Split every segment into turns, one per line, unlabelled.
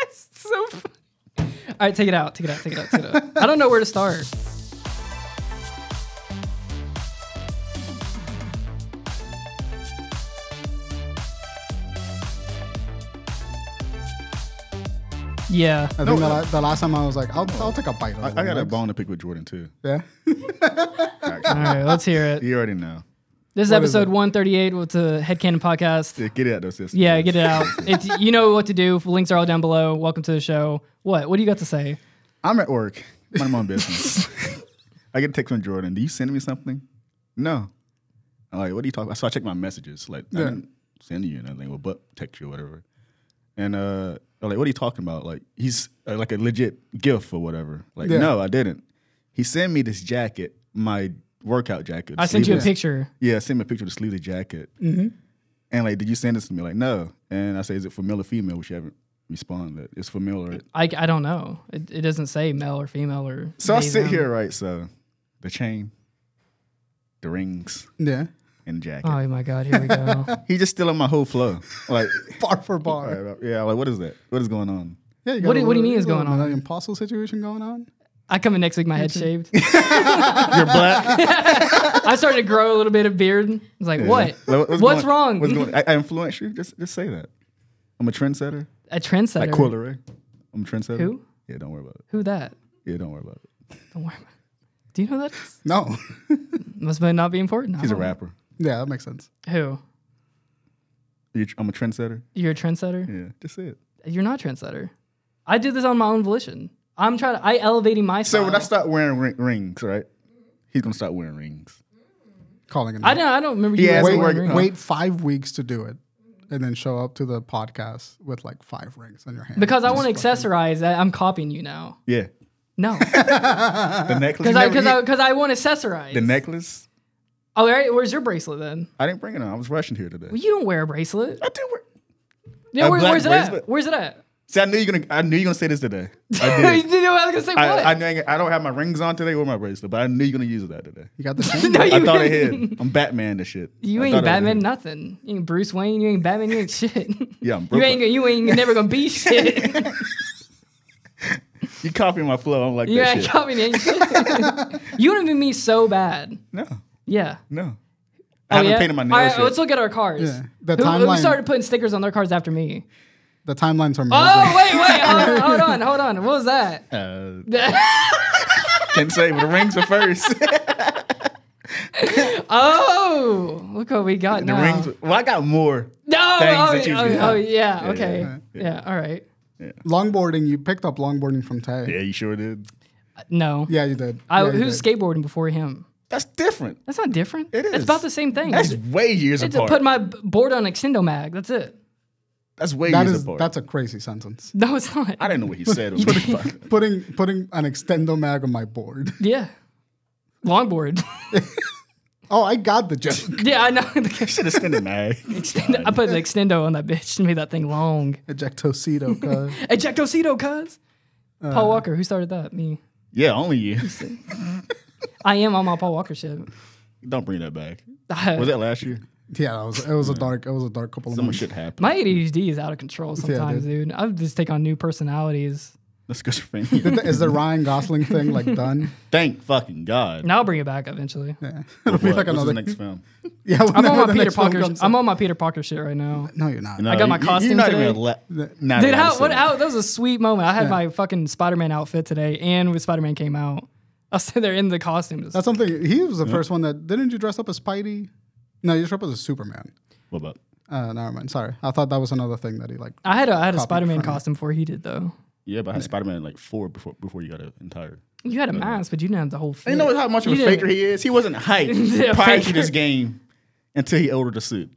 That's so funny. All right, take it out. Take it out. Take it out. Take it out. I don't know where to start. Yeah.
I think the, la- the last time I was like, I'll, I'll take a bite. Of
I, I got a
it.
bone to pick with Jordan too.
Yeah.
All right, let's hear it.
You already know.
This is
What is
episode
it?
138 with the Headcanon Podcast.
Yeah, Get it out those systems.
Yeah, get it out. It's, you know what to do. Links are all down below. Welcome to the show. What? What do you got to say?
I'm at work. Mind my own business. I get a text from Jordan. Do you send me something? No. I'm like, what are you talking about? So I check my messages. Like, I
Yeah.
didn't send you anything, well, but text you or whatever. And uh, I'm like, what are you talking about? Like, he's uh, like a legit gift or whatever. Like,
Yeah.
no, I didn't. He sent me this jacket, my workout jacket.
I sent you a
sleeveless.
picture.
Yeah, send me a picture of the sleeveless jacket.
Mm-hmm.
And like, did you send this to me? Like, no. And I say, is it for male or female? Which you haven't responded. It's for male or
I, I don't know. It, it doesn't say male or female or.
So I
they,
sit
them.
here, right? So the chain, the rings,
Yeah.
and the jacket.
Oh my God! Here we go.
He just stealing my whole flow. Like,
Bar for bar.
alright, uh, yeah, like what is that? What is going on?
Yeah, you got
What
a
do- what do you mean is
little
going on?
Millennium Apostle situation going on?
I come in next week. My head shaved.
You're black.
I started to grow a little bit of beard. I was like, what?
Like, what-
What's,
going-
wrong?
What's going? I, I influence you. Just, just say that. I'm a trendsetter.
a trendsetter.
Like Coil Ray. I'm a trendsetter.
Who?
Yeah, don't worry about it.
Who that?
Yeah, don't worry about it.
Don't worry. about it. Do you know that?
No.
Must be not be important. I
He's a
don't know.
rapper.
yeah, that makes sense.
Who?
You- I'm a trendsetter.
You're a trendsetter.
Yeah, just say it.
You're not a trendsetter. I did this on my own volition. I'm trying to. I elevating myself.
So when I start wearing ri- rings, right? He's gonna start wearing rings.
Calling it.
I don't. I don't remember you.
He
guys
has
wait,
That's
wearing
work-
rings.
wait five weeks to do it, and then show up to the podcast with like five rings on your hand.
Because I
Just
want to
fucking-
accessorize that. I'm copying you now.
Yeah,
No,
the necklace.
because
You
Uh, I
never-
because
you-
I because I want to accessorize. Oh,
the necklace.
All right, where's your bracelet then?
I didn't bring it on. I was rushing here today.
Well, you don't wear a bracelet.
I did wear.
Yeah,
A
where,
black
where's it at?
bracelet?
Where's it at?
See, I knew you're gonna. I knew you're gonna say this today.
you
I did.
know what I was gonna say. What?
I, I, knew I, I don't have my rings on today or my bracelet, but I knew you're gonna use that today.
You got the chain.
No,
I
you-
thought ahead. I'm Batman. The shit.
you
I
ain't
thought I was
Batman,
ahead.
nothing. You ain't Bruce Wayne. You ain't Batman. You ain't shit.
Yeah, I'm
you
Brooklyn.
ain't. You ain't never gonna be shit.
You copying my flow. I'm like
you
that
ain't
shit.
coming in. you don't even me so bad.
no,
Yeah.
no. I haven't
Oh, yeah?
painted my
All
nails
right, let's
yet.
look at our cars.
Yeah. The
who, who
timeline-
started putting stickers on their cars after me?
the timelines are
Oh
moving.
wait, wait, hold, on, hold on, hold on. What was that?
Uh, can't say, but the rings are first.
Oh, look what we got
the
now.
rings. Well, I got more.
No,
things
oh,
that you
oh,
do.
oh, yeah,
Yeah,
okay, yeah,
yeah,
all right.
Longboarding. You picked up longboarding from Tay.
Yeah, you sure did.
No,
Yeah, you did.
I,
yeah, you
who's
did.
skateboarding before him?
That's different.
That's not different.
It
It's
is.
about the same thing.
That's
It's-
way years
it's to
apart.
put my b- board on Extendo Mag. That's it.
that's way
That
years
is
apart.
that's a crazy sentence.
No, it's not.
I didn't know what he said. was really fucking-
Putting putting an extendo mag on my board.
yeah, longboard.
Oh, I got the joke.
yeah, I know.
Should have sent it, man.
Extendo- I put an Extendo on that bitch and made that thing long.
Ejectocito. cuz.
Ejectocito, cuz. Paul Walker, who started that? Me.
Yeah, only you.
I am on my Paul Walker shit.
Don't bring that back.
Uh,
Was that last year?
yeah, that was it was a dark it was a dark couple of
Someone
months.
should happen.
my ADHD is out of control sometimes, dude. I just take on new personalities.
That's schizophrenia.
Is the Ryan Gosling thing like done?
Thank fucking God.
And I'll bring it back eventually.
Yeah, it'll be
What?
like
What's
another.
the next film?
Yeah,
I'm
whenever
on my
the
Peter
next film
Parker.
comes
I'm
out.
on my Peter Parker shit right now.
No, you're not.
No,
I got my
you- you-
costume
You're not
today.
even a le- not
Dude,
even
how,
a
what,
second.
how, that was a sweet moment. I had my fucking Spider Man outfit today, and when Spider Man came out, I said they're in the costumes.
That's something. He was the first one that didn't you dress up as Spidey? No, you dressed up as a Superman.
What about?
Uh, never mind. Sorry, I thought that was another thing that he like.
I had a, I had a
Copied
Spider Man
from it.
costume before he did, though.
Yeah, but I had Spider Man like four before before you got an entire.
You had a mask, but you didn't have the whole fit.
You know how much of a
You
faker
didn't-
he is? He wasn't
Yeah,
hyped prior to
faker.
this game until he ordered the suit.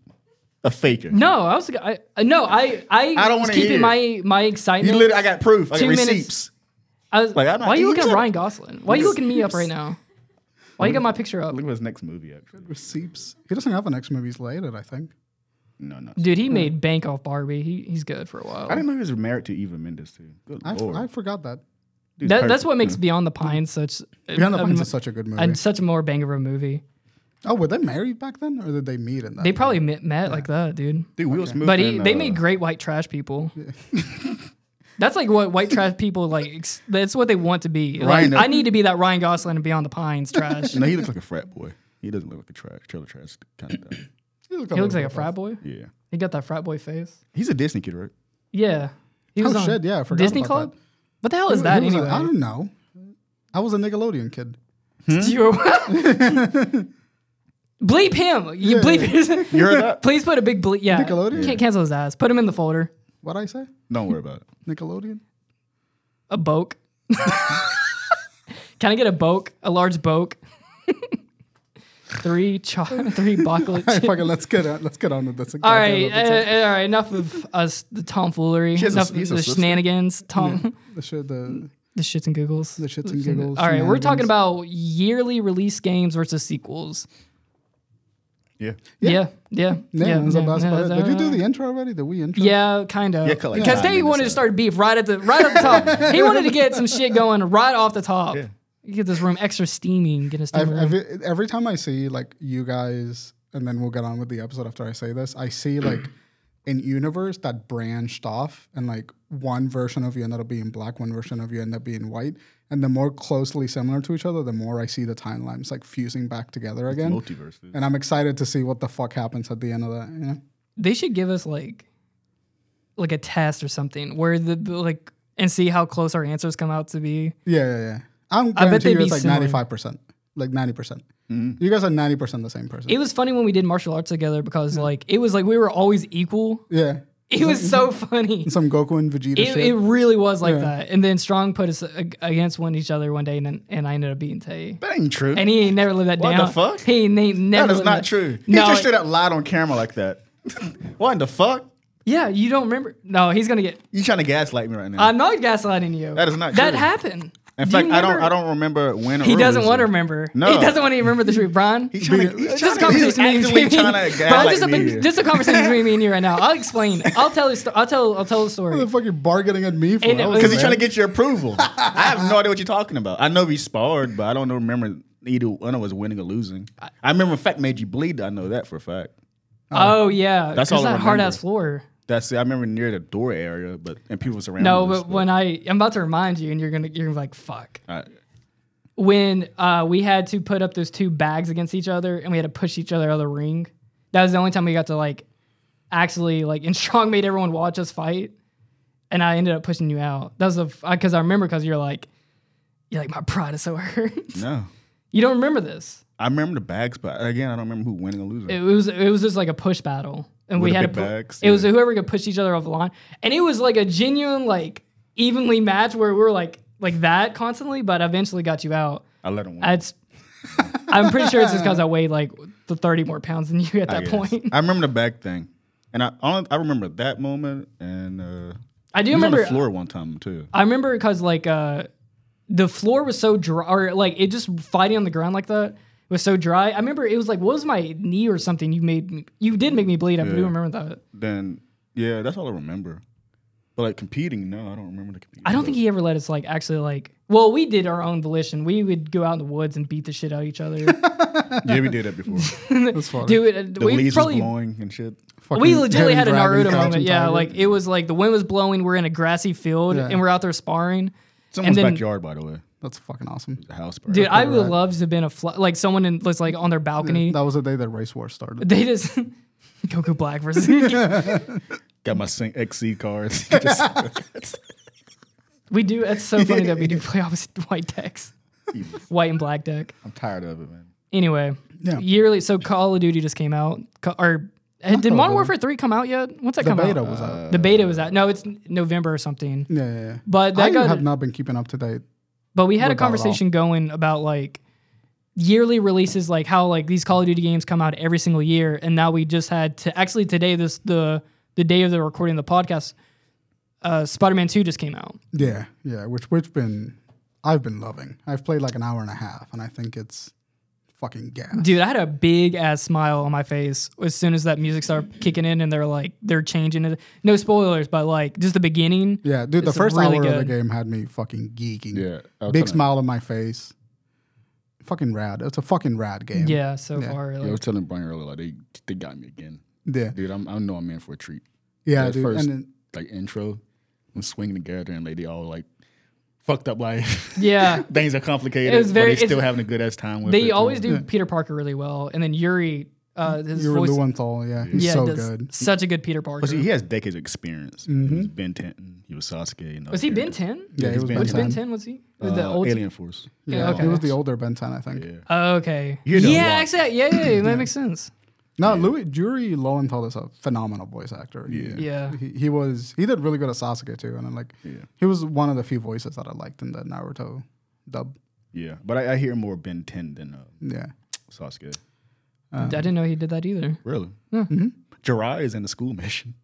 A faker.
No, I was I, I- no, I I,
I don't
was
wanna
keeping
hear.
my my
You
excitement.
literally, I got proof. I
Two
got
minutes.
receipts.
I was
Like, I'm not-
why are you
you
looking at
took-
Ryan Gosling? Why are you looking me up right now? Why you got my picture up?
Look at his next movie, actually.
Seeps. He doesn't have an next movie. He's later, I think.
No, no.
Dude, he made bank off Barbie. He, he's good for a while.
I didn't know he was married to Eva Mendes, too. Good
I, f-
lord.
I forgot that.
Dude's
That, that's
perfect.
what makes Beyond the Pines such
Beyond the
a-
Pines is such a good movie.
and such a more bang of a movie.
Oh, were they married back then, or did they meet in that?
They probably met, met like that, dude.
Dude, Will Smith.
But he,
and,
they
uh,
made great white trash people. that's like what white trash people like. Ex- that's what they want to be. Like,
uh,
Ryan-
I need to be that Ryan Gosling and Beyond the Pines trash.
No, he looks like a frat boy. He doesn't look like a trash trailer trash kind of guy.
He, looked
he looks like
little
a frat boy.
Yeah,
He got that frat boy face.
he's a Disney kid, right?
Yeah. He
Oh,
was on
shit, yeah, I forgot
Disney
about that.
Club. What the hell
He
is that
he was a-
anyway?
I don't know. I was a Nickelodeon kid.
You- bleep him. You bleep his.
You heard that?
Please put a big bleep. Yeah.
Nickelodeon?
Can't cancel his ass. Put him in the folder.
What I say?
Don't worry about it.
Nickelodeon.
A boke. Can I get a boke? A large boke. three cho- three chocolate
Hey,
chip.
fucking let's get on, let's get on with this.
All right,
Goddamn it,
uh, all right. Enough of us, the tomfoolery,
She has a-
enough of
he's a
the
sister.
shenanigans, tom,
that's it. the shit, the
the shits and giggles,
the shits and giggles.
All right, we're talking
shenanigans.
about yearly release games versus sequels.
Yeah,
Yeah, yeah,
Yeah, that's about- that's about it. Did you do
uh,
the intro already? Did we intro?
Yeah, kind of.
Yeah, cut, like,
because
five
they
minutes
wanted
out.
to start beef right at the right at the top. he wanted to get some shit going right off the top.
Yeah.
You Get this room extra steamy and get us.
I've, I've, every time I see like you guys, and then we'll get on with the episode after I say this. I see like an universe that branched off, and like one version of you ended up being black, one version of you ended up being white, and the more closely similar to each other, the more I see the timelines like fusing back together again.
multiverse. dude.
And I'm excited to see what the fuck happens at the end of that. You know?
They should give us like, like a test or something where the the, like and see how close our answers come out to be.
Yeah, yeah, yeah. I'm
I bet
guarantee you
they'd
it's
be
like
similar.
ninety five percent, like ninety percent. You guys are ninety percent the same person.
It was funny when we did martial arts together because like it was like we were always equal.
yeah,
It was so funny.
some Goku and Vegeta
It,
shit.
it really was like that. And then Strong put us ag- against one each other one day, and then, and I ended up beating Tay.
That ain't true.
And he ain't never lived that
What
down.
the fuck?
He ain't ain't never.
that is
lived
not true. He
No,
just
it-
straight up lied on camera like that. what in the fuck?
yeah, you don't remember. No, he's gonna get.
You trying to gaslight me right now?
I'm not gaslighting you.
That is not
That
true.
happened.
In
Uh, Do
fact,
you
I don't.
remember-
I don't remember when. Or
He
who
doesn't
this
want to
is.
remember.
No.
He doesn't want to remember the truth, Brian.
He's trying to. He's
This is
trying to. He's
conversation
actively
between me.
trying
Brian,
to gaslight
this is a,
me.
big-
here.
this is a conversation between me and you right now. I'll explain. I'll tell you. I'll tell. I'll tell the story.
Oh.
what the fuck you bargaining at me for?
And-
I was
Because he's
mad.
trying to get your approval. I have no idea what you're talking about. I know we sparred, but I don't know- remember either one was winning or losing. I remember in fact made you bleed. I know that for a fact.
oh yeah,
That's
'cause
all I
that hard
remember.
ass floor.
That's it. I remember near the door area, but and people was around.
No,
us,
but when I I'm about to remind you, and you're gonna you're gonna be like fuck.
All right.
when uh, we had to put up those two bags against each other and we had to push each other out of the ring. That was the only time we got to like actually like and Strong made everyone watch us fight. And I ended up pushing you out. That was the because I remember because you're like you're like my pride is so hurt.
no,
you don't remember this.
I remember the bags, but again, I don't remember who winning or losing.
It was it was just like a push battle, and we
With the
had to
big
pu-
bags,
it was
yeah.
whoever could push each other off the line, and it was like a genuine like evenly match where we were like like that constantly, but I eventually got you out.
I let him win.
That's. I'm pretty sure it's just because I weighed like the 30 more pounds than you at
I
that
guess.
point.
I remember the bag thing, and I only, I remember that moment, and uh,
I do
he was on
remember.
the floor one time too.
I remember because like uh, the floor was so dry, or like it just fighting on the ground like that was so dry. I remember it was like what was my knee or something. You made me, you did make me bleed. I do
Yeah.
remember that.
Then yeah, that's all I remember. But like competing, no, I don't remember the competing.
I don't
but-
think he ever let us like actually like. Well, we did our own volition. We would go out in the woods and beat the shit out of each other.
yeah, we did that before.
That's funny.
do it.
The
We
leaves was
probably
blowing and shit.
Fucking
we legitimately
hidden
had a
dragon,
Naruto
Crouching
moment. Yeah,
Tiger.
like it was like the wind was blowing. We're in a grassy field
Yeah.
and we're out there sparring.
Someone's
then-
backyard, by the way,
that's fucking awesome.
the house. Party.
Dude, I would love to have been a fly, like someone in, was like on their balcony.
That was the day that race war started.
They just Goku Black versus.
got my Sync XC cards. Just
we do. It's so funny that we do play opposite white decks, white and black deck.
I'm tired of it, man.
Anyway,
Yeah.
yearly. So Call of Duty just came out. Co- Or eh, did Modern Warfare Three come out yet? When's that
The
come
beta
out?
was out.
the beta was out. No, it's n- November or something.
yeah, yeah, yeah.
But that
I
got.
have not been keeping up to date.
But we had a
Without it all.
conversation going about like yearly releases, like how like these Call of Duty games come out every single year, and now we just had to actually today this the the day of the recording of the podcast, uh, Spider Man Two just came out.
Yeah, yeah. Which which been I've been loving. I've played like an hour and a half, and I think it's fucking gas.
Dude, I had a big ass smile on my face as soon as that music started kicking in, and they're like they're changing it. No spoilers, but like just the beginning.
Yeah, dude. The
It's
first
really
hour of the
good.
game had me fucking geeking.
Yeah, I was
big
kinda-
smile on my face. fucking rad. It's a fucking rad game.
Yeah, so
Yeah.
far.
Yeah, I
Like,
was telling Brian earlier, like they they got me again,
Yeah.
dude. I'm, I know I'm in for a treat.
Yeah,
That
dude.
first
and then,
like intro, when swinging together and like they all like fucked up life.
yeah.
Things are complicated,
It was very-
but they still
it's-
having a good ass time with it.
They
you
always
know?
do Peter Parker really well. And then Yuri, uh, his
Yuri
voice.
Lowenthal, yeah. He's
yeah,
so
does
good.
Such a good Peter Parker.
But see, he has decades of experience. He was Ben Tenton. He was Sasuke. And
Mm-hmm. was he Ben 10?
Yeah,
he's
he was
been
Ben
Which Ben
10.
10 was he?
Uh,
the old
Alien Force.
Yeah,
Yeah, okay.
he was the older Ben 10, I think.
Yeah.
Okay.
You know
yeah,
why.
actually, yeah, yeah, yeah, that makes sense.
No, Louis Jury Lowenthal is a phenomenal voice actor.
Yeah.
Yeah.
He, he was he did really good at Sasuke too, and then like
Yeah.
he was one of the few voices that I liked in the Naruto dub.
Yeah. But I, I hear more Ben 10 than uh,
Yeah.
Sasuke.
I didn't know he did that either.
Really?
Yeah.
Jirai is in the school mission.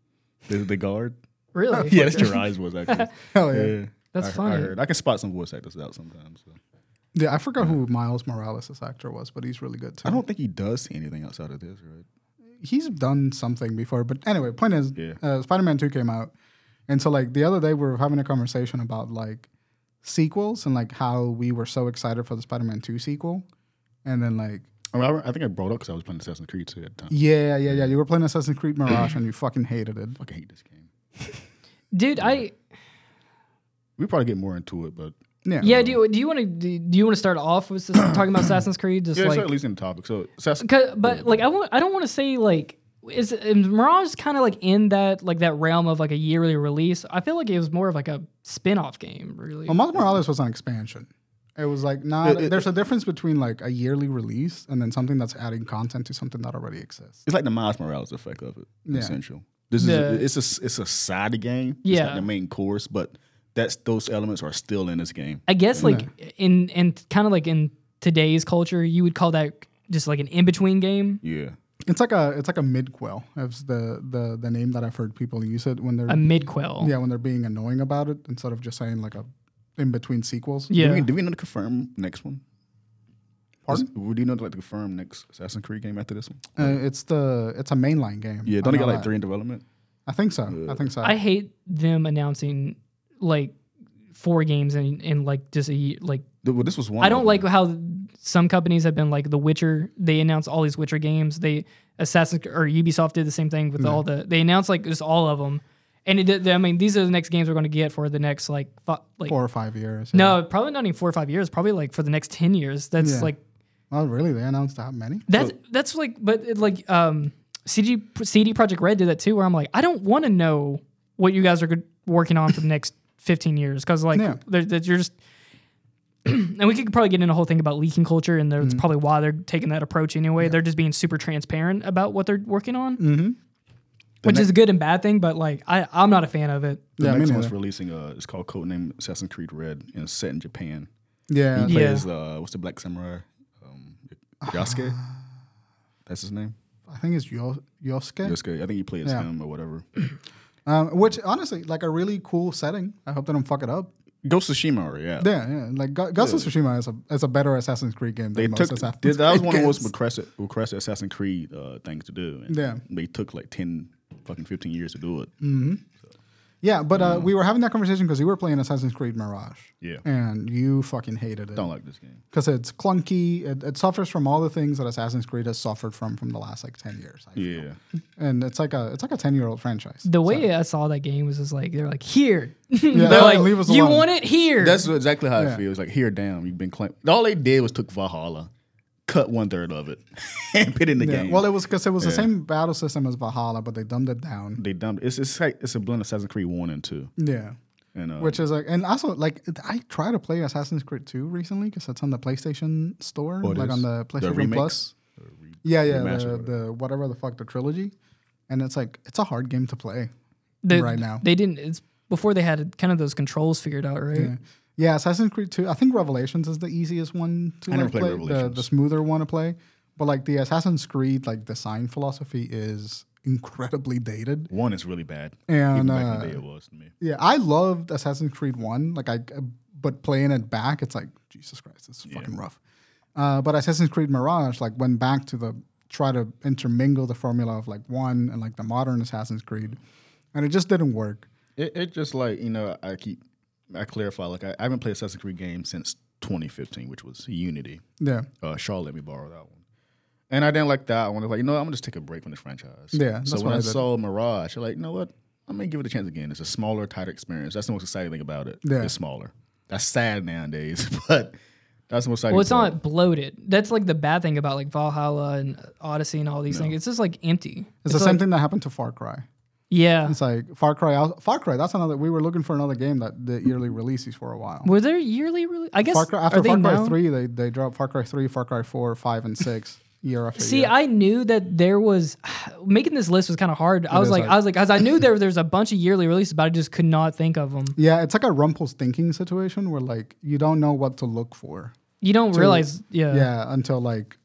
The, the guard.
Really?
yeah, that's Jirai's voice actor.
Hell yeah. yeah.
That's
I,
funny.
I, heard. I can spot some voice actors out sometimes. so.
I forgot who Miles Morales' actor was, but he's really good too.
I don't think he does see anything outside of this, right?
he's done something before. But anyway, point is,
Yeah.
uh, Spider Man Two came out, and so like the other day we were having a conversation about like sequels and like how we were so excited for the Spider Man Two sequel, and then like
I, mean, I, I think I brought up because I was playing Assassin's Creed too at the time.
yeah, yeah, yeah, you were playing Assassin's Creed Mirage and you fucking hated it.
Fucking hate this game.
Dude, I
We probably get more into it, but
Yeah,
yeah. Do you do you want to do, do you want to start off with just talking about Assassin's Creed? Just
yeah, it's
like,
at least in the topic. So Assassin's
cause, but like I want I don't want to say like is, is Mirage kind of like in that like that realm of like a yearly release? I feel like it was more of like a spin-off game, really.
Well, Miles Morales was an expansion. It was like not.
It- it-
there's a difference between like a yearly release and then something that's adding content to something that already exists.
it's like the Miles Morales effect of it.
Yeah.
Essential. This is
The-
a, it's a it's a side game. it's
Yeah.
not the main course, but that's those elements are still in this game.
I guess like in in kind of like in today's culture, you would call that just like an in-between game,
Yeah,
It's like a it's like a midquel. Is the the the name that I've heard people use it when they're
a midquel.
Yeah, when they're being annoying about it instead of just saying like a in between sequels.
Yeah.
Do we, do we know to confirm next one?
Pardon?
Is- Would you know to like to confirm next Assassin's Creed game after this one?
Uh, it's the it's a mainline game.
Yeah,
I
don't they
know
got like
that.
three in development?
I think so. I think so.
I hate them announcing like four games in, in like just a year. Like
Th- Well, this was one.
I don't
of
like
them.
how some companies have been like The Witcher. They announce all these Witcher games. They Assassin's or Ubisoft did the same thing
Mm.
with all the. They announced like just all of them, and it, did- I mean these are the next games we're going to get for the next like fi- like
four or five years. yeah.
no probably not even four or five years. Probably like for the next ten years. That's
Yeah.
like
Oh really? They announced that many?
that's that's like but it, like um CD CD Project Red did that too where I'm like I don't want to know what you guys are good, working on for the next 15 years cuz like
Yeah.
they're, that you're just and we could probably get into a whole thing about leaking culture and that's
Mm-hmm.
probably why they're taking that approach anyway they're just being super transparent about what they're working on mm-hmm. which is a good and bad thing but like I I'm not a fan of it
The
Yeah, me
next one's
neither.
releasing. Uh, it's called Codename Assassin's Creed Red, and it's set in Japan.
Yeah.
Yeah.
Plays uh, what's the black samurai? Um, Yosuke. That's his name.
I think it's Yo- Yosuke.
Yosuke. I think he plays
Yeah.
him or whatever.
Um, which honestly, like a really cool setting. I hope they don't fuck it up.
Ghost of Tsushima, already, yeah.
Yeah, yeah. Like Go- Ghost of Tsushima is a is a better Assassin's Creed game
They
than most
took
Assassin's
did- that was
Creed
one of the most
games.
requested, requested Assassin's Creed uh, things to do. And
Yeah.
They took like ten, fucking fifteen years to do it.
Yeah, but uh, we were having that conversation because you were playing Assassin's Creed Mirage.
Mm. Yeah.
And you fucking hated it.
Don't like this game.
because it's clunky. It, it suffers from all the things that Assassin's Creed has suffered from from the last like ten years. I feel.
Yeah.
and it's like a it's like a ten year old franchise.
the way I saw that game was just like they're like here
they're
they're like
like, "Leave us
you
alone."
want it here
That's exactly how
Yeah.
it feels. Like here, damn, you've been claim. All they did was took Valhalla, cut one third of it, and put it in the
yeah.
game.
Well, it was because it was the same battle system as Valhalla, but they dumbed it down.
they dumped. It's it's like it's a blend of Assassin's Creed one and two,
Yeah.
and uh,
Which is like, and also like, it- I try to play Assassin's Creed 2 recently because it's on the PlayStation Store,
Oh, it
like
is?
on the
The
PlayStation
remakes?
Plus. Yeah, yeah,
remaster,
the, the whatever the fuck the trilogy, and it's like it's a hard game to play.
they,
right now.
They didn't. It's before they had kind of those controls figured out, right?
Yeah. Yeah, Assassin's Creed 2. I think Revelations is the easiest one to
I never
like,
played
play, the,
Revelations.
the smoother one to play. But like the Assassin's Creed like design philosophy is incredibly dated.
one is really bad.
And,
Even back in
uh,
the day, it was to me.
Yeah, I loved Assassin's Creed 1, like I but playing it back it's like Jesus Christ, it's fucking rough. Uh, but Assassin's Creed Mirage like went back to the try to intermingle the formula of like 1 and like the modern Assassin's Creed and it just didn't work.
It, it just like you know I keep I clarify like I, I haven't played Assassin's Creed game since 2015, which was Unity.
Yeah.
Uh, Shaw let me borrow that one, and I didn't like that. I was like, you know, what, I'm gonna just take a break from this franchise.
Yeah,
So
that's
when
what
I,
I did.
saw Mirage, I'm like, you know what? I'm gonna give it a chance again. It's a smaller, tighter experience. That's the most exciting thing about it.
Yeah.
It's smaller. That's sad nowadays, but that's the most exciting.
Well, it's
part.
not bloated. That's like the bad thing about like Valhalla and Odyssey and all these things. It's just like empty.
It's, the
like,
same thing that happened to Far Cry.
Yeah.
It's like Far Cry. al- Far Cry. That's another. We were looking for another game that the yearly releases for a while.
Were there yearly really? I guess
Far Cry,
are
after
they
Far Cry
known?
three, they they dropped Far Cry three, Far Cry four, five, and six year after
See,
year.
I knew that there was making this list was kind of hard. I was
is
like,
hard.
I was like, as I knew there there's a bunch of yearly releases, but I just could not think of them.
yeah, it's like a Rumpel's thinking situation where like you don't know what to look for.
You don't realize, yeah,
yeah, until like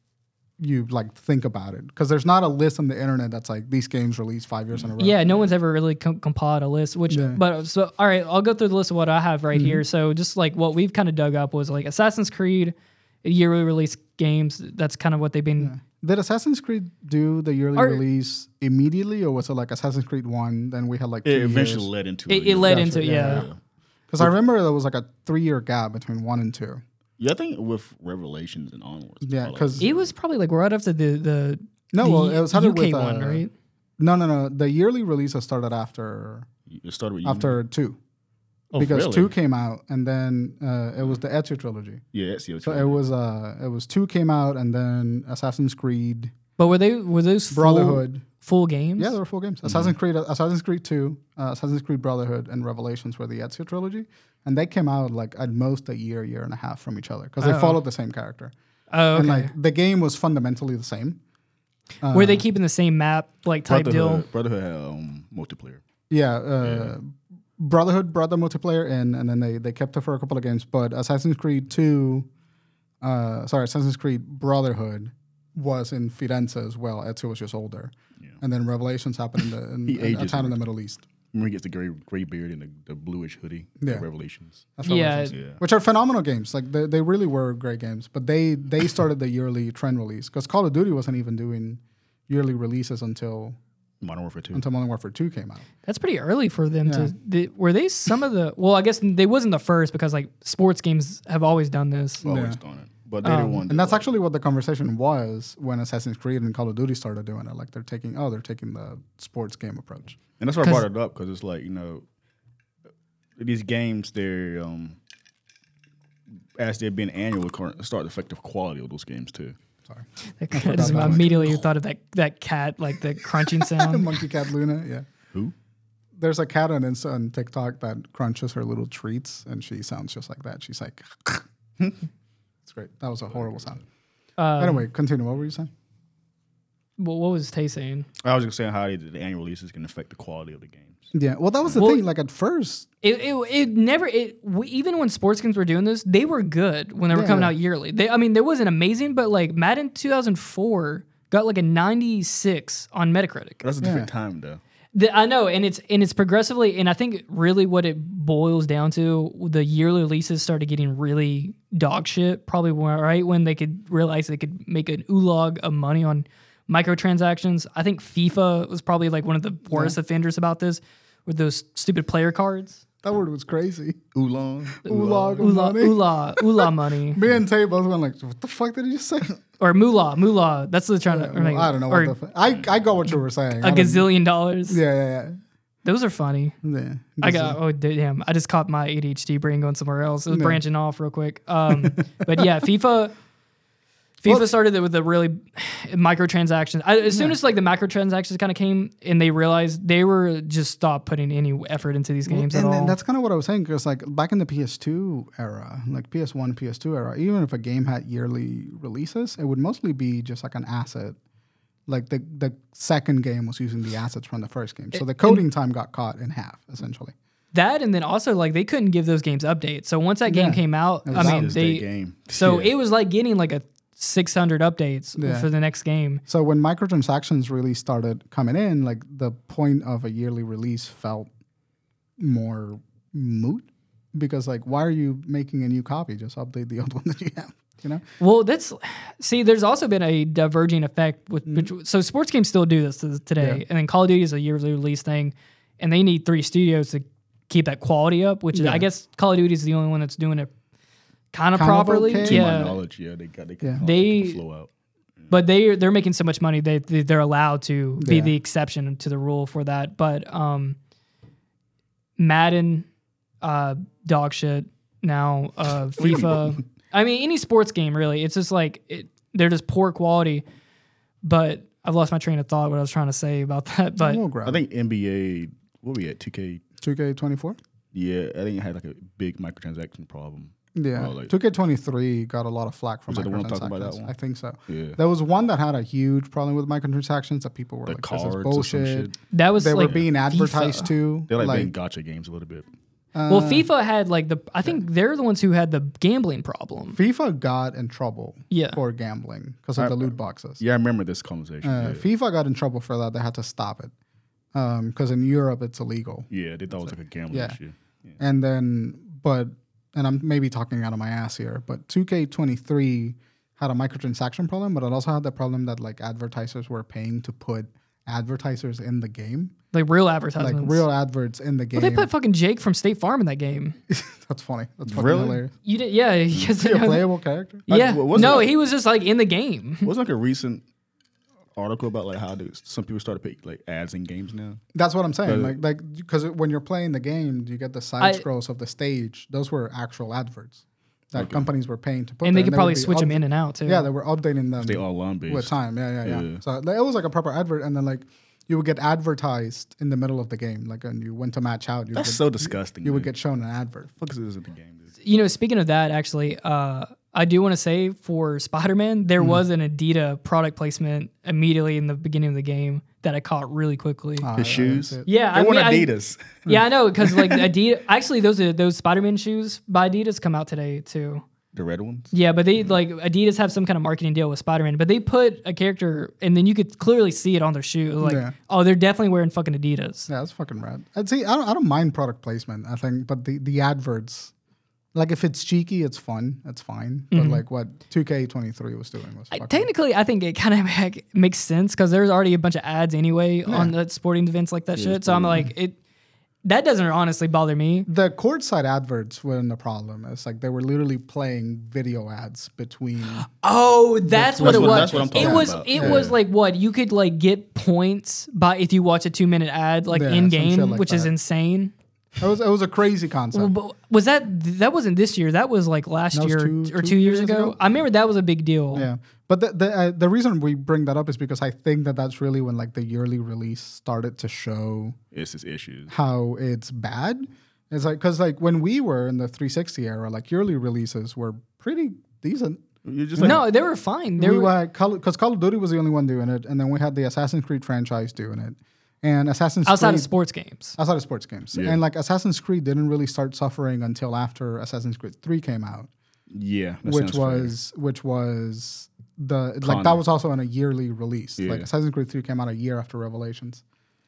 you like think about it because there's not a list on the internet that's like these games released five years in a row.
Yeah, no one's ever really com- compiled a list. Which,
Yeah. Mm-hmm.
but so all right, I'll go through the list of what I have right here. So just like what we've kind of dug up was like Assassin's Creed yearly release games. That's kind of what they've been.
Did Assassin's Creed do the yearly
Are-
release immediately, or was it like Assassin's Creed One? Then we had like
It eventually led into
It, it led
Gotcha,
into yeah.
yeah. because I remember there was like a three-year gap between one and two.
Yeah, I think with Revelations and onwards.
Yeah,
probably.
because
It was probably like right after the the
no,
the
well, it was
UK
started with uh,
one, right?
No, no, no. The yearly releases started after
it started with Unity.
after two
Oh,
because
really?
two came out and then uh, it was the Ezio trilogy.
Yeah, that's the other
So it was uh, it was two came out and then Assassin's Creed
But were they were those full-
Brotherhood.
full, games? Mm-hmm.
Yeah, there were four games. Assassin's Creed, Assassin's Creed Two, uh, Assassin's Creed Brotherhood, and Revelations were the Ezio trilogy, and they came out like at most a year, year and a half from each other because they followed the same character.
oh, okay.
And like the game was fundamentally the same. uh,
were they keeping the same map like type deal?
Brotherhood, Brotherhood had um, multiplayer.
Yeah, uh, Brotherhood brought the multiplayer in, and then they they kept it for a couple of games. But Assassin's Creed Two, uh, sorry, Assassin's Creed Brotherhood was in Firenze as well. Ezio was just older, and then Revelations happened in, the, in,
He
in a
ages
town in the Middle East.
Remember he gets the gray gray beard and the, the bluish hoodie. Yeah.
Yeah.
Revelations.
That's
Yeah,
Revelations.
Yeah.
which are phenomenal games. Like they, they really were great games, but they they started the yearly trend release because Call of Duty wasn't even doing yearly releases until
Modern Warfare 2.
until Modern Warfare Two came out.
that's pretty early for them to. They, were they some of the? Well, I guess they wasn't the first because like sports games have always done this.
Always done it. But they didn't
Um,
want
And that's actually what the conversation was when Assassin's Creed and Call of Duty started doing it. Like they're taking, oh, they're taking the sports game approach.
and that's why I brought it up because it's like, you know, these games, they're, um, as they're being annual, current- start to affect the quality of those games too.
Sorry,
Like, I just immediately thought of that that cat like the crunching sound.
Monkey Cat Luna. Yeah,
Who?
there's a cat on Insta on TikTok that crunches her little treats, and she sounds just like that. She's like, it's great. That was a horrible sound.
Um,
anyway, continue. What were you saying?
well, what was Tay saying?
I was just saying how the the annual releases can affect the quality of the games.
Yeah. Well, that was the
Well-
thing. Like at first,
It, it, it never it we, even when sports games were doing this they were good when they were coming
Yeah.
out yearly. They I mean they wasn't amazing but like Madden 2004 got like a 96 on Metacritic.
That's a different time though.
The, I know, and it's and it's progressively, and I think really what it boils down to, the yearly releases started getting really dog shit. Probably when- right when they could realize they could make an oolog of money on microtransactions. I think FIFA was probably like one of the worst offenders about this, with those stupid player cards,
that word was crazy.
Oolong.
Oolong
oola
money.
oola oola money,
Me and Tay both went like, "What the fuck did you just say?"
or moolah moolah. That's what they're trying to. Or like,
I don't know.
Or
What the fu- I I got what you were saying.
a
I don't-
gazillion dollars.
Yeah, yeah,
Those are funny.
yeah. yeah.
I got oh damn! I just caught my ADHD brain going somewhere else. It was branching off real quick. Um, but yeah, FIFA. FIFA started it with the really microtransactions. I, as soon as like the microtransactions kind of came, and they realized they were just stopped putting any effort into these games
and
at
then
all.
that's kind of what I was saying because like back in the PS2 era, like PS1, PS2 era, even if a game had yearly releases, it would mostly be just like an asset. Like the the second game was using the assets from the first game, so the coding time got caught in half essentially.
that and then also like they couldn't give those games updates. So once that game
Yeah.
came out,
was
I
That
mean
is their
they.
game.
So
Yeah.
it was like getting like a 600 updates
Yeah.
for the next game.
So when microtransactions really started coming in, like the point of a yearly release felt more moot because like why are you making a new copy? Just update the old one that you have, you know?
Well, that's see. There's also been a diverging effect with
Mm.
bet- so sports games still do this to- today, and then Call of Duty is a yearly release thing, and they need three studios to keep that quality up. Which is, I guess Call of Duty is the only one that's doing it kind of
Kind of
properly.
okay.
To my
Yeah,
knowledge, yeah, they got they, kinda
Yeah.
let
They-
it flow out.
but they they're making so much money they, they they're allowed to be
Yeah.
the exception to the rule for that. But um, Madden, uh, dog shit. Now uh, FIFA. I mean, any sports game really. It's just like it, they're just poor quality. But I've lost my train of thought. What I was trying to say about that, but
we'll grab
I think NBA. What we at? Two K.
2K24.
Yeah, I think it had like a big microtransaction problem.
Yeah,
Oh, like-
2K23 got a lot of flack from
Was that the one I'm talking about, that
microtransactions.
one?
I think so.
Yeah,
There was one that had a huge problem with microtransactions that people were
the
like, "This
cards
is
or some
bullshit."
shit.
that was
They
like
were being advertised
FIFA.
to.
They're like, being gotcha games a little bit.
Well,
uh,
FIFA had like the. I think they're the ones who had the gambling problem.
FIFA got in trouble
Yeah.
for gambling because of the loot boxes.
Uh, Yeah, I remember this conversation.
Uh,
yeah.
FIFA got in trouble for that. They had to stop it because in Europe it's illegal.
yeah, they thought it was like a gambling
yeah.
issue.
And then, but, and I'm maybe talking out of my ass here, but 2K23 had a microtransaction problem, but it also had the problem that like advertisers were paying to put advertisers in the game,
Like real
like
advertisements.
real adverts in the game.
Well, they put fucking Jake from State Farm in that game.
That's funny. That's fucking
Really?
hilarious.
You did, yeah. Because
Is he a playable character?
yeah.
Like, what was
no,
it?
he was just like in the game.
Wasn't like a recent article about like how do some people start to pick like ads in games now?
That's what I'm saying.
But-
Like, like because when you're playing the game, you get the side
I-
scrolls of the stage. Those were actual adverts that companies were paying to put.
And
there,
they could
would
probably
be
switch him
upda-
in and out too.
Yeah, they were updating them
They all line
with
based.
time. Yeah, yeah, yeah.
Yeah.
So like, it was like a proper advert, and then like you would get advertised in the middle of the game. Like, and you went to match out. You
That's
would,
so disgusting.
you would
man.
get shown an advert.
What the fuck is this in the game? Dude?
You know, speaking of that, actually, uh, I do want to say for Spider Man, there was an Adidas product placement immediately in the beginning of the game that I caught really quickly.
Uh,
His shoes.
that's it.
yeah,
Ah. They
I
want
mean, I-
Adidas.
yeah, I know because like Adidas. Actually, those are those Spider Man shoes by Adidas come out today too.
the red ones.
Yeah, but they like Adidas have some kind of marketing deal with Spider Man, but they put a character, and then you could clearly see it on their shoe. Like,
Yeah.
oh, they're definitely wearing fucking Adidas.
Yeah, that's fucking rad. I'd see. I don't, I don't mind product placement. I think, but the the adverts, like if it's cheeky, it's fun. It's fine.
Mm-hmm.
But like what 2K23 was doing was
I-
fucking
technically, I think it kind of like, makes sense because there's already a bunch of ads anyway on the sporting events like that shit. So I'm like, it that doesn't honestly bother me.
the courtside adverts weren't a problem. It's like they were literally playing video ads between.
Oh, that's, what
That's
it
what-
was.
that's what I'm
it
talking
was
about.
it
Yeah.
was like what you could like get points by if you watch a two minute ad like
Yeah,
in
some
game,
shit like
which is
that.
insane.
It was it was a crazy
Well,
concept.
but was that that wasn't this year? That was like last
That was
year
two-
or
two
two years,
years
ago.
ago?
I remember that was a big deal.
Yeah, but the the, uh, the reason we bring that up is because I think that that's really when like the yearly release started to show
It's his issues.
how it's bad. It's like because like when we were in the 360 era, like yearly releases were pretty decent.
You're just like
No, they were fine. They
we
were,
were because Call of Duty was the only one doing it, and then we had the Assassin's Creed franchise doing it, and Assassin's
outside
Creed,
of sports games.
outside of sports games, and like Assassin's Creed didn't really start suffering until after Assassin's Creed Three came out,
yeah, that
which
sounds fair.
was which was the like that
Connor.
was also on a yearly release. Like
Yeah.
Assassin's Creed Three came out a year after Revelations.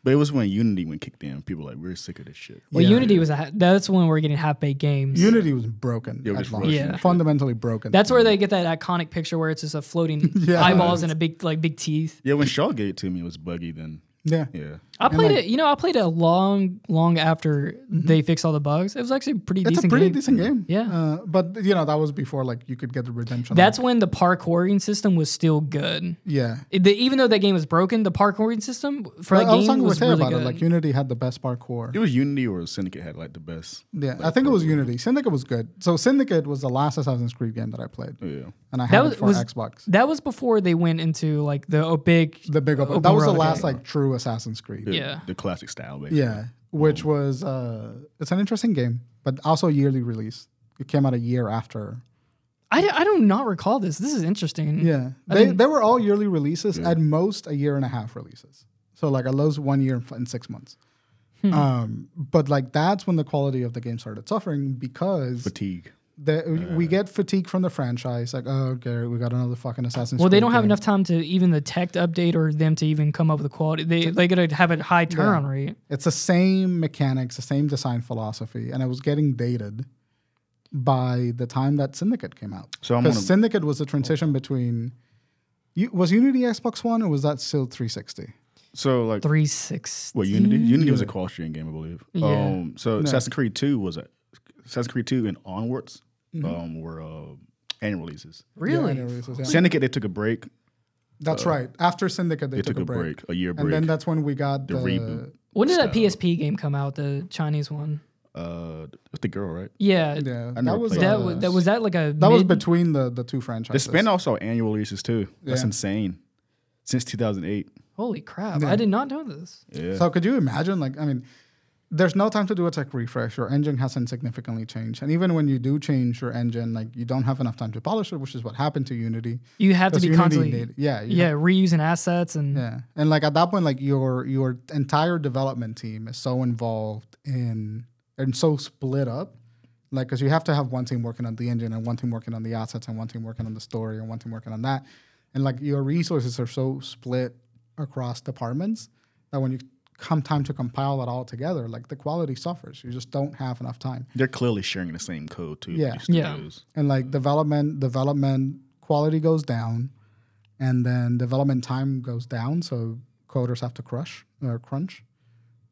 But it was when Unity went kicked in. People were like we're sick of this shit.
Well,
Yeah.
Unity was a, that's when we we're getting half baked games.
Unity was broken,
Yeah, it was
at launch.
rushed
and Yeah. shit.
fundamentally broken.
that's where they get that iconic picture where it's just a floating
Um, Yeah.
eyeballs and a big like big teeth.
Yeah, when Shaw gave it to me, it was buggy. Then
yeah.
yeah,
I played it.
like-
You know, I played it long, long after they fixed all the bugs. It was actually a pretty
It's a
decent.
pretty
game.
decent game.
Yeah.
Uh, but you know, that was before like you could get the redemption. on
That's when the parkouring system was still good.
it. yeah.
It- the- even though that game was broken, the parkouring system for
Well,
that
I was
game
talking
was
with Tay
really
about
good.
it. Like Unity had the best parkour.
it was Unity or Syndicate had like the best.
yeah, I think it was Unity. Syndicate was good. So Syndicate was the last Assassin's Creed game that I played,
Yeah,
and I had
was-
it for
was-
Xbox.
That was before they went into like the oh, big.
The big open.
Open
that was the
world
last
game.
like true Assassin's Creed.
the,
Yeah,
Yeah.
the classic style. Basically.
which
Oh.
was uh, it's an interesting game, but also yearly release. It came out a year after.
I, d- I do not recall this. This is interesting.
Yeah,
I
they
think-
they were all yearly releases. At most, a year and a half releases. So like at most one year and f- and six months.
Hmm.
Um, but like that's when the quality of the game started suffering because
fatigue.
that we get fatigue from the franchise. Like, oh, Gary, we got another fucking Assassin's.
Well, they
Creed
don't have
game.
enough time to even the tech to update or them to even come up with the quality. They they gotta have a high turn rate.
It's the same mechanics, the same design philosophy, and it was getting dated by the time that Syndicate came out.
So I'm
because
gonna-
Syndicate was the transition between. You, was Unity Xbox One or was that still 360?
So like
Three six.
Well, Unity? Unity was a cross-gen game, I believe.
Yeah.
Um, so Assassin's Creed Two was a Assassin's Creed Two and onwards
Mm-hmm.
um, were uh, annual releases.
Really?
Yeah, annual releases, yeah.
Syndicate they took a break.
That's right. After Syndicate, they,
They took, a break, a year break.
and then that's when we got the,
the reboot.
when did that PSP game come out? The Chinese one.
Uh, with the girl, right?
Yeah.
Yeah,
never
that was
played
That,
uh,
was, that was that like a.
that was
mid-
between the the two
The
franchises.
spinoff saw annual releases too. That's
Yeah.
insane. Since 2008.
Holy crap!
Yeah.
I did not know this.
Yeah.
So could you imagine? Like, I mean, there's no time to do a tech refresh. Your engine hasn't significantly changed, and even when you do change your engine, like you don't have enough time to polish it, which is what happened to Unity.
You have to
'Cause
be
Unity
constantly.
need- yeah, you
yeah, reusing assets and
Yeah, and like at that point, like your your entire development team is so involved in and so split up, like because you have to have one team working on the engine and one team working on the assets and one team working on the story and one team working on that, and like your resources are so split across departments that when you come time to compile it all together, like the quality suffers. You just don't have enough time
They're clearly sharing the same code too.
Yeah.
these
Yeah.
studios.
and like development development quality goes down and then development time goes down so coders have to crush or crunch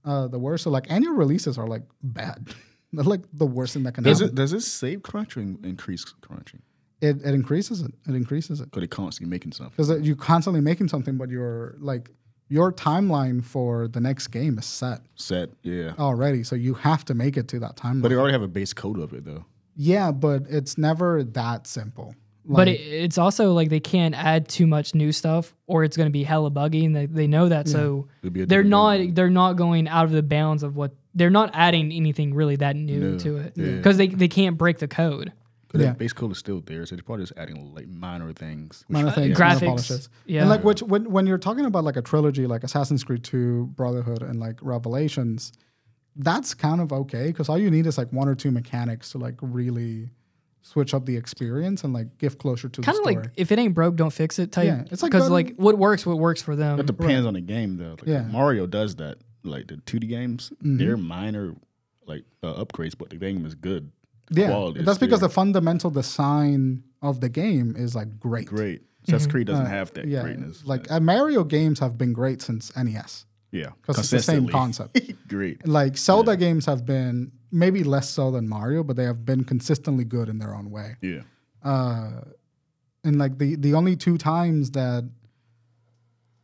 uh, the worst so like annual releases are like bad they're like the worst thing that can
Does
happen
it does it save crunch or in- increase crunching?
it, it increases it it increases it
Because they're constantly making something.
because you're constantly making something but you're like your timeline for the next game is set
Set. Yeah.
already so you have to make it to that timeline
But they already have a base code of it though.
yeah but it's never that simple
But it, it's also like they can't add too much new stuff, or it's going to be hella buggy, and they, they know that. So
It'd be a
they're
different
not
game.
they're not going out of the bounds of what they're not adding anything really that new
No,
to it
yeah.
because they they can't break the code.
'Cause
Yeah.
that base code is still there, so they're probably just adding like minor things. which-
minor things,
graphics,
minor polishes.
yeah.
And like which when when you're talking about like a trilogy like Assassin's Creed 2, Brotherhood, and like Revelations, that's kind of okay because all you need is like one or two mechanics to like really switch up the experience and like give closure to
Kind
the
of
story.
like if it ain't broke, don't fix it type.
Yeah, it's
it's like
like
because
going-
like what works, what works for them.
That depends on the game though. Like,
Yeah. Mm-hmm.
Mario does that. Like the 2D games, they're minor like uh, upgrades, but the game is good.
yeah,
Quality is
that's because
there.
the fundamental design of the game is like great.
great. Assassin's Creed doesn't have that
Mm-hmm. Uh, Yeah,
greatness.
like uh, Mario games have been great since E NES.
yeah,
'cause it's the same
consistently.
concept.
great.
Like Zelda games have been maybe less so than Mario, but they have been consistently good in their own way.
Yeah.
and like the the only two times that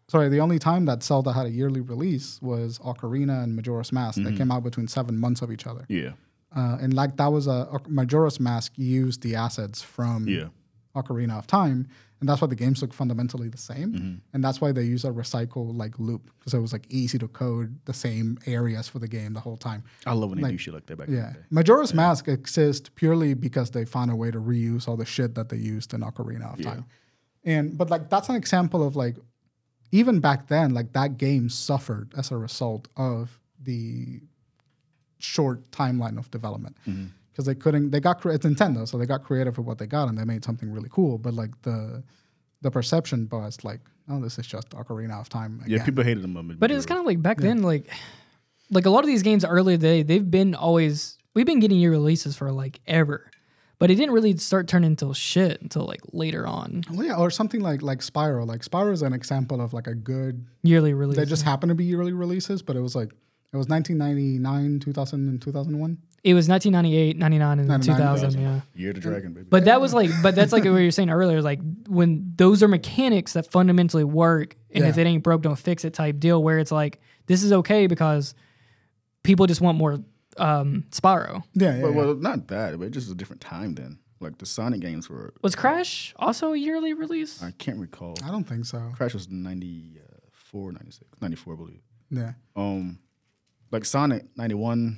sorry the only time that zelda had a yearly release was ocarina and majora's mask they came out between seven months of each other
Yeah.
uh, and like that was a Oc- majora's mask used the assets from
Yeah.
ocarina of time and that's why the games look fundamentally the same and that's why they use a recycle like loop because it was like easy to code the same areas for the game the whole time
I love when they do shit like that back in
yeah
the day.
majora's mask exists purely because they found a way to reuse all the shit that they used in ocarina of time and but like that's an example of like even back then like that game suffered as a result of the short timeline of development because they couldn't they got cre- it's nintendo so they got creative with what they got and they made something really cool but like the the perception was like oh this is just ocarina of time
Yeah,
again.
people hated them.
But it's kind of like back then, like like a lot of these games earlier they they've been always we've been getting year releases for like ever, but it didn't really start turning into shit until like later on
well, yeah, or something like like Spyro. Like Spyro is an example of like a good
yearly release.
They just happened to be yearly releases, but it was like it was 1999, 2000, and 2001.
it was 1998, 99, and then 2000.
99.
Yeah.
Year of the Dragon, baby.
But that was like, but that's like what you were saying earlier. Like when those are mechanics that fundamentally work, and if
Yeah.
it ain't broke, don't fix it type deal. Where it's like this is okay because people just want more um Spyro.
Yeah, yeah.
Well,
yeah.
well, not that, but it just a different time then. Like the Sonic games were,
Was Crash also a yearly release?
I can't recall.
I don't think so.
Crash was 94, 96, 94, I believe.
Yeah,
Um, like Sonic 91,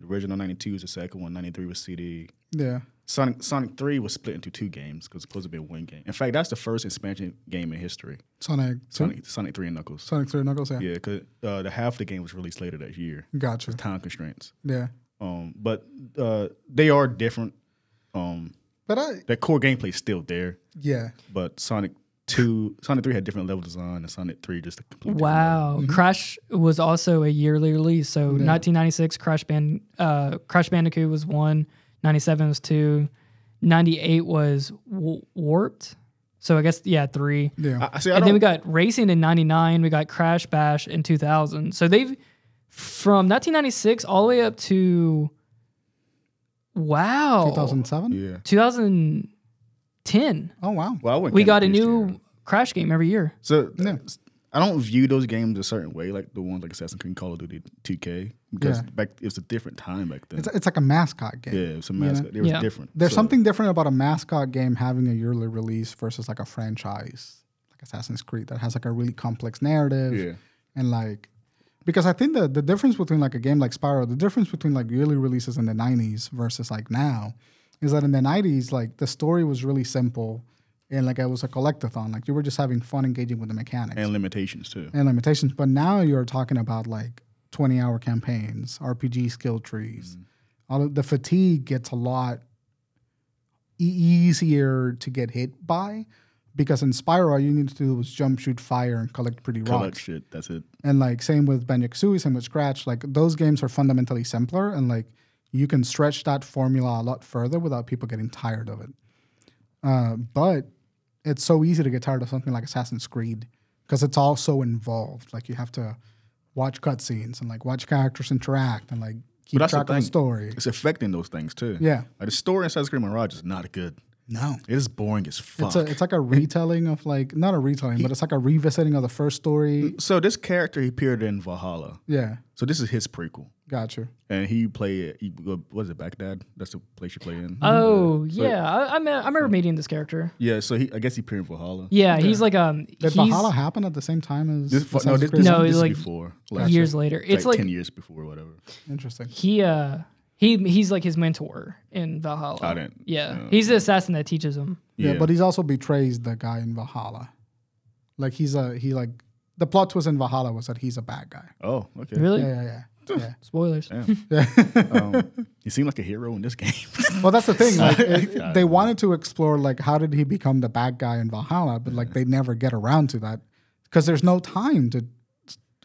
the original 92 is the second one, 93 was CD.
yeah.
Sonic Sonic 3 was split into two games because it's supposed to be one game. In fact, that's the first expansion game in history
Sonic, Sonic,
Sonic, Sonic 3 and Knuckles.
Sonic Three Knuckles. Yeah,
Yeah, because uh, the half the game was released later that year.
gotcha.
Time constraints.
Yeah,
Um, but uh, they are different. Um,
but I
their core gameplay's still there,
yeah,
but Sonic Two, Sonic Three had different level design, and Sonic Three just a completely
Wow,
Mm-hmm.
Crash was also a yearly release. So 1996, Crash Band, uh, Crash Bandicoot was one. 97 was two. 98 was w- Warped. So I guess yeah, three.
yeah.
I, I see. I
and then we
don't.
got Racing in 99, we got Crash Bash in 2000. So they've from 1996 all the way up to Wow.
2007.
Yeah.
2010.
Oh wow.
Well, I wouldn't
We
count
got
it
a
this
new
year.
Crash game every year.
So I don't view those games a certain way, like the ones like Assassin's Creed, Call of Duty, 2K, because
Yeah.
back it's a different time back then.
It's, it's like a mascot game.
yeah, it's a mascot. They were
Yeah.
different.
There's
So,
something different about a mascot game having a yearly release versus like a franchise, like Assassin's Creed, that has like a really complex narrative.
Yeah.
And like, because I think the, the difference between like a game like Spyro, the difference between like yearly releases in the 90s versus like now is that in the 90s, like the story was really simple and like it was a collectathon. Like you were just having fun engaging with the mechanics
and limitations too.
and limitations. But now you're talking about like 20 hour campaigns, RPG skill trees. All of the fatigue gets a lot e- easier to get hit by because in Spyro, all you need to do was jump, shoot, fire, and collect pretty rocks.
Collect shit. That's it.
And like same with Banjo Kazooie, same with Scratch. Like those games are fundamentally simpler, and like you can stretch that formula a lot further without people getting tired of it. Uh, but it's so easy to get tired of something like Assassin's Creed because it's all so involved. Like you have to watch cutscenes and like watch characters interact and like keep
But that's the
track of the
thing.
story.
It's affecting those things too.
Yeah.
Like the story in Assassin's Creed Mirage is not good.
No.
It is boring as fuck.
It's, a, it's like a retelling of like not a retelling, but it's like a revisiting of the first story.
so this character he appeared in Valhalla.
Yeah,
So this is his prequel,
got you.
and he played. He, was it Baghdad? That's the place you play in.
Oh yeah, I, I, me- I
Mm-hmm.
remember meeting this character.
yeah. So he, I guess he appeared in Valhalla.
Yeah, he's like um,
Did
he's
Valhalla happen at the same time as
This, fu- no,
Assassin's
this,
Creed?
this,
No,
this
it's
is
like
before. Like,
years later. It's like,
ten years before, whatever.
Interesting.
he uh he he's like his mentor in Valhalla.
I didn't-
Yeah,
no.
he's the assassin that teaches him.
Yeah, but he's also betrays the guy in Valhalla. Like he's a he like the plot twist in Valhalla was that he's a bad guy.
oh, okay.
Really?
Yeah, yeah, yeah. yeah.
Spoilers.
um, he seemed like a hero in this game.
Well, that's the thing. Like it- it- they wanted to explore like how did he become the bad guy in Valhalla, but like they never get around to that because there's no time to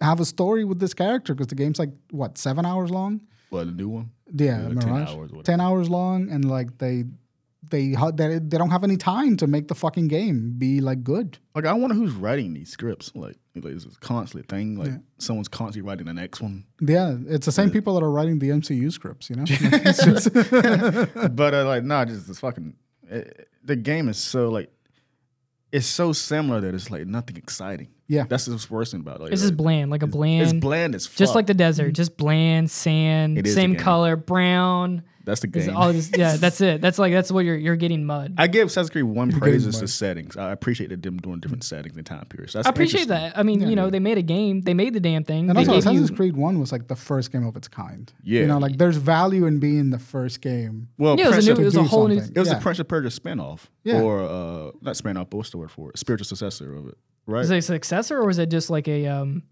have a story with this character because the game's like what seven hours long.
well, the new one.
Yeah,
like 10
Mirage.
hours or whatever.
ten hours long, and like they. They, ha- they they don't have any time to make the fucking game be like good.
Like, I wonder who's writing these scripts. Like, like it's a constant thing. Like, someone's constantly writing the next one.
Yeah, it's the same people that are writing the MCU scripts, you know? It's just-
but uh, like, nah, just this fucking. It, the game is so like, it's so similar that it's like nothing exciting.
Yeah.
that's the worst thing about it. Like,
It's just
like,
bland, like a bland,
It's bland as fuck.
just like the desert, just bland sand,
It is the
same
game.
color, brown.
that's the
It's
game.
all this, yeah, that's it. That's like that's what you're you're getting mud.
I give Assassin's Creed one praise is
mud.
the settings. I appreciate that them doing different settings and time periods. That's
I appreciate
interesting.
that. I mean, you know, they made a game, they made the damn thing.
and
they
also,
gave you-
Assassin's Creed 1 was like the first game of its kind. You
Yeah.
know, like there's value in being the first game.
Well,
yeah, it was
Prince
a
of-
new, it was
do
a whole new.
something.
It was
Yeah.
the Prince of Persia spinoff,
Yeah.
or uh, not spinoff, but what's the word for it? Spiritual successor of it, right?
Was it a successor or was it just like a um,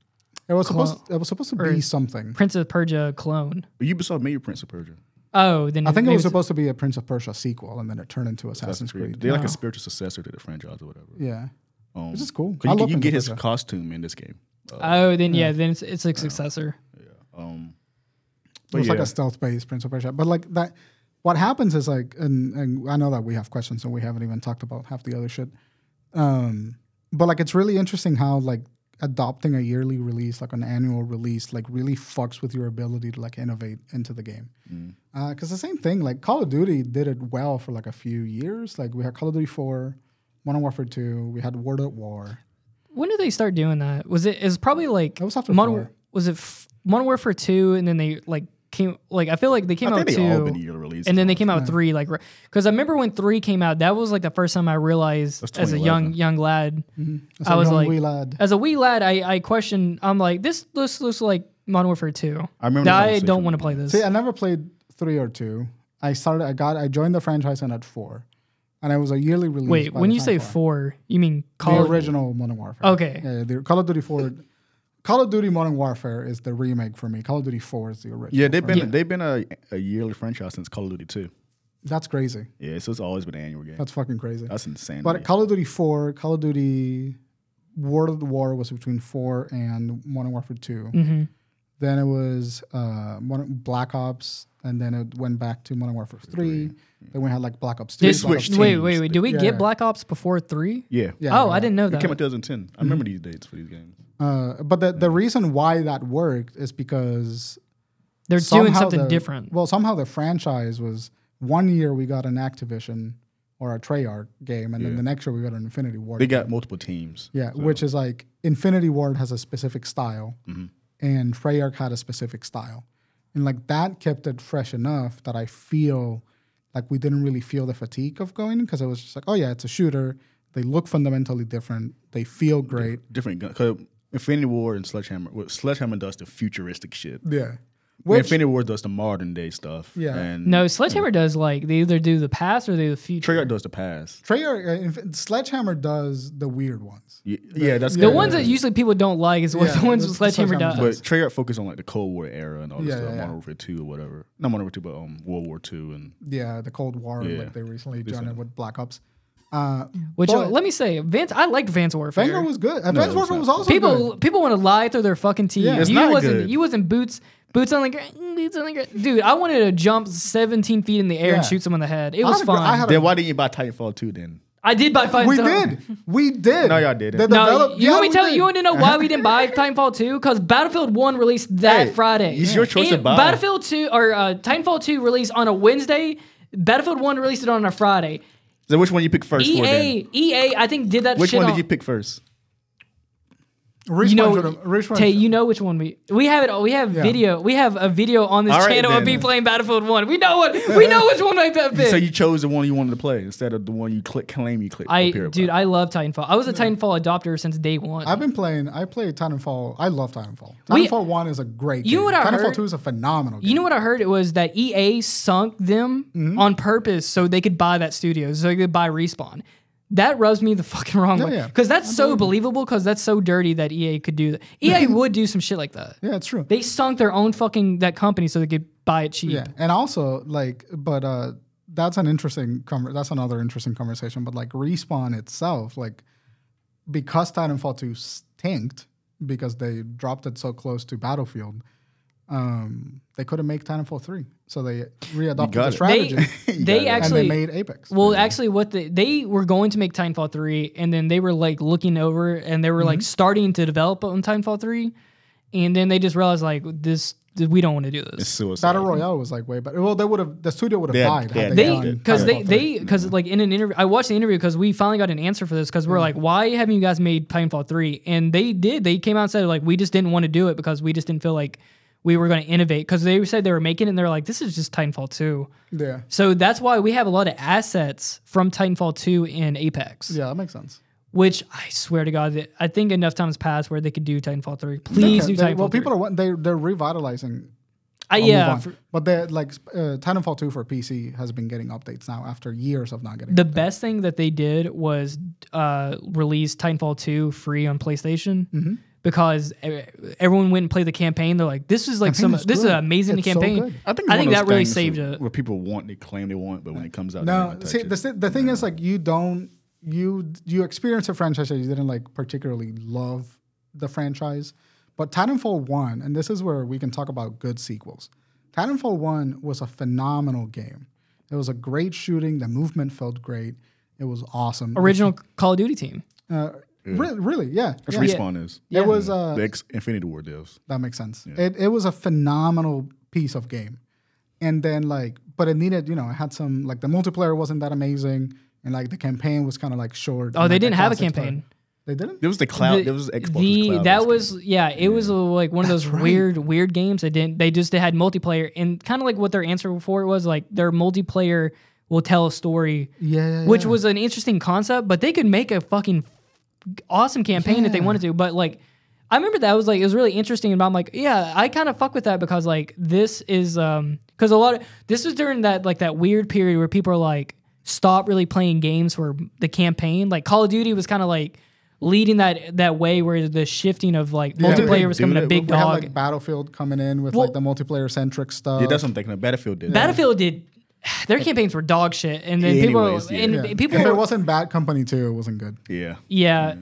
It was supposed it was supposed to be something.
Prince of Persia clone?
Ubisoft made Prince of Persia.
Oh, then
I think it
maybe
was
it's-
supposed to be a Prince of Persia sequel and then it turned into Assassin's Creed.
They're like a spiritual successor to the franchise or whatever.
Yeah.
Um,
Which is cool.
'cause
I
You,
love
can- you
Prince
get
of
his
Persia.
costume in this game. uh,
Oh, then yeah, then it's, it's a successor.
Um,
It was like
yeah.
a stealth based Prince of Persia. But like that, what happens is like, and, and I know that we have questions and we haven't even talked about half the other shit. Um, but like, it's really interesting how like adopting a yearly release, like an annual release, like really fucks with your ability to like innovate into the game. Because the same thing, like Call of Duty did it well for like a few years. Like we had Call of Duty 4, Modern Warfare 2, we had World at War.
When did they start doing that? Was it? It was probably like
That was after
Modern,
four.
Was it f- Modern Warfare two? And then they like came like I feel like they came
I
out
think they all been
two,
yearly releases.
and then they came out three. Like because I remember when three came out, that was like the first time I realized
That's Mm-hmm.
as a young
2011.
young lad,
That's
I
a
was
young
like-
wee lad.
as a wee lad, I I questioned. I'm like this this looks like Modern Warfare two.
I remember
Now
the
I don't
conversation
want to play
we
this.
See, I never played three or two. I started. I got. I joined the franchise and at four, and I was a yearly release.
Wait,
by
when
the
you
time
say
four-
four, you mean
the
Call of
original Modern Warfare.
Okay.
Yeah, yeah, the Call of Duty four. Call of Duty Modern Warfare is the remake for me. Call of Duty four is the original.
Yeah, they've
for
been
me.
they've been a, a yearly franchise since Call of Duty Two.
That's crazy.
Yeah, so it's always been an annual game. That's,
That's fucking crazy.
Uh, insane.
But Call of Duty four, Call of Duty World of the War was between four and Modern Warfare 2
Mm-hmm.
Then it was uh, Modern, Black Ops, and then it went back to Modern Warfare three. Then we had like Black Ops two.
Did-
Black
switched
Ops
teams.
Wait, wait, wait. Do we
Yeah.
get Black Ops before three?
yeah,
Yeah. Mm-hmm.
Oh, I didn't know
It
that.
came out 2010. I remember these dates for these games.
Uh, but the, the reason why that worked is because
They're
somehow
doing something
the-
different.
Well, somehow the franchise was One year we got an Activision or a Treyarch game, and then
Yeah.
the next year we got an Infinity Ward.
They got multiple teams.
yeah,
so-
which is like Infinity Ward has a specific style,
Mm-hmm.
and Treyarch had a specific style, and like that kept it fresh enough that I feel like we didn't really feel the fatigue of going because it was just like, oh yeah, it's a shooter. They look fundamentally different. They feel great.
different gun. Cause Infinity War and Sledgehammer. Well, Sledgehammer does the futuristic shit.
Yeah.
Well,
Which,
Infinity War does the modern day stuff.
Yeah.
And
No, Sledgehammer does like they either do the past or they do the future.
Treyarch does the past.
Treyarch, uh, inf- Sledgehammer does the weird ones.
Yeah, yeah that's
the
kinda-
ones that usually people don't like is what
Yeah,
the ones
that's-
with Sledgehammer
that's
does.
what
But Treyarch focused on like the Cold War era and all this
Yeah,
stuff,
yeah, yeah.
Modern Warfare Two or whatever. Not Modern Warfare Two, but um, World War Two and
Yeah, the Cold War,
Yeah.
like they recently done it with Black Ops. Uh,
Which uh,
but-
let me say, Vance, I liked Vance Warfare.
Vanguard was good. Advanced
it was
Warfare
not.
was also
people
good.
people want to lie through their fucking teeth.
Yeah. It's
you
not
wasn't
good.
you wasn't boots boots on the ground, boots on the ground. Dude, I wanted to jump 17 feet in the air and
Yeah.
shoot someone in the head. It
I
was
had a gr-
fun.
I
I,
had a-
Then why didn't you buy Titanfall Two then?
did buy Titanfall.
We did. We did.
No, y'all didn't.
The
No,
develop-
you
yeah,
want me
we
to tell you?
did.
You want to know why we didn't buy Titanfall 2? Because Battlefield 1 released that
Hey,
Friday.
it's your choice to
And
buy.
Battlefield 2 or uh, Titanfall 2 released on a Wednesday. Battlefield 1 released it on a Friday. E
So which one you pick first? for then?
EA, EA, I think did that
Which
shit
one
on-
did you pick first?
Respawn
you know,
should've- Respawn
Tay,
should've-
you know which one we we have it. We have
Yeah.
video. We have a video on this
All right,
channel of me
then.
playing Battlefield One. We know what we know which one I bet.
So you chose the one you wanted to play instead of the one you click claim you click.
I
up here
dude,
about.
I love Titanfall. I was a Titanfall adopter since day one.
I've been playing. I played Titanfall. I love Titanfall.
We-
Titanfall One is a great.
You know
game.
what I
Titanfall
heard?
Two is a phenomenal. Game.
you know what I heard? It was that EA sunk them
Mm-hmm.
on purpose so they could buy that studio, so they could buy Respawn. That rubs me the fucking wrong
Yeah,
way
yeah.
because that's so believable. Because that's so dirty that EA could do that. EA would do some shit like that.
Yeah, it's true.
They sunk their own fucking that company so they could buy it cheap.
Yeah, and also like, but uh, that's an interesting conver- that's another interesting conversation. But like, respawn itself, like, because Titanfall two stinked because they dropped it so close to Battlefield, um, they couldn't make Titanfall three, so they readopted
got
the
it.
strategy
They they
Yeah,
and
actually
they made Apex.
Well, actually, what the, they were going to make Titanfall three, and then they were like looking over, and they were like
Mm-hmm.
starting to develop on Titanfall three, and then they just realized like this, th- we don't want to do
It's
this.
suicide.
Battle Royale was like way better. Well, they would have the studio would have
They had-
died
they
had
had
they,
They
done
because they
Titanfall
they because like in an interview, I watched the interview because we finally got an answer for this because we're like, why haven't you guys made Titanfall three? And they did. They came out and said like we just didn't want to do it because we just didn't feel like we were going to innovate because they said they were making it and they're like this is just Titanfall two.
three. yeah,
So that's why we have a lot of assets from Titanfall two and Apex.
yeah, that makes sense.
Which I swear to God, that- I think enough times passed where they could do Titanfall three. Please
Okay,
do
they-
Titanfall.
well,
three.
people are wa- they they're revitalizing
I,
I'll
yeah,
move
for-
on. but they like sp- uh, Titanfall 2 for PC has been getting updates now after years of not getting.
the best thing that they did was uh, release Titanfall two free on PlayStation
Mm-hmm.
because e- everyone went and played the campaign. They're like, this is like some,
is
this is
good.
an amazing
It's so
campaign.
good.
I
it's
think,
one of
that
those
really
things
saved
where-
it.
Where people want, they claim they want, but when it comes out, they
no,
never touch
see
it.
the si- the thing is like you don't you you experience a franchise that you didn't like particularly love the franchise, but Titanfall one, and this is where we can talk about good sequels. Titanfall one was a phenomenal game. It was a great shooting. The movement felt great. It was awesome.
Original Call of Duty team.
uh, re- really, yeah.
That's
yeah.
Respawn is.
It was uh,
The ex Infinity War devs.
That makes sense. It, it was a phenomenal piece of game. And then like, but it needed, you know, it had some like the multiplayer wasn't that amazing, and like the campaign was kind of like short.
Oh,
and,
they
like,
didn't have a
classic story.
campaign.
They didn't.
There was the cloud.
The-
there was Xbox.
the-
cloud
that
based
was yeah, it was uh, like one of those weird weird games. They didn't they just they had multiplayer and kind of like what their answer before it was like their multiplayer will tell a story,
Yeah, yeah,
which
yeah.
was an interesting concept. But they could make a fucking awesome campaign if they wanted to. But like, I remember that was like it was really interesting, and I'm like, yeah, I kind of fuck with that because like this is um because a lot of this was during that like that weird period where people are like stop really playing games for the campaign. Like Call of Duty was kind of like leading that that way where the shifting of like
Yeah, we
multiplayer was
didn't do
coming a
that.
big
We had
dog.
like Battlefield coming in with like the multiplayer centric stuff.
Yeah, that's what I'm thinking. of. Battlefield did. that.
Battlefield did. Their campaigns were dog shit, and then people
Anyways, yeah.
and
yeah.
people
if
were-
it wasn't Bad Company too, it wasn't good.
yeah.
Yeah.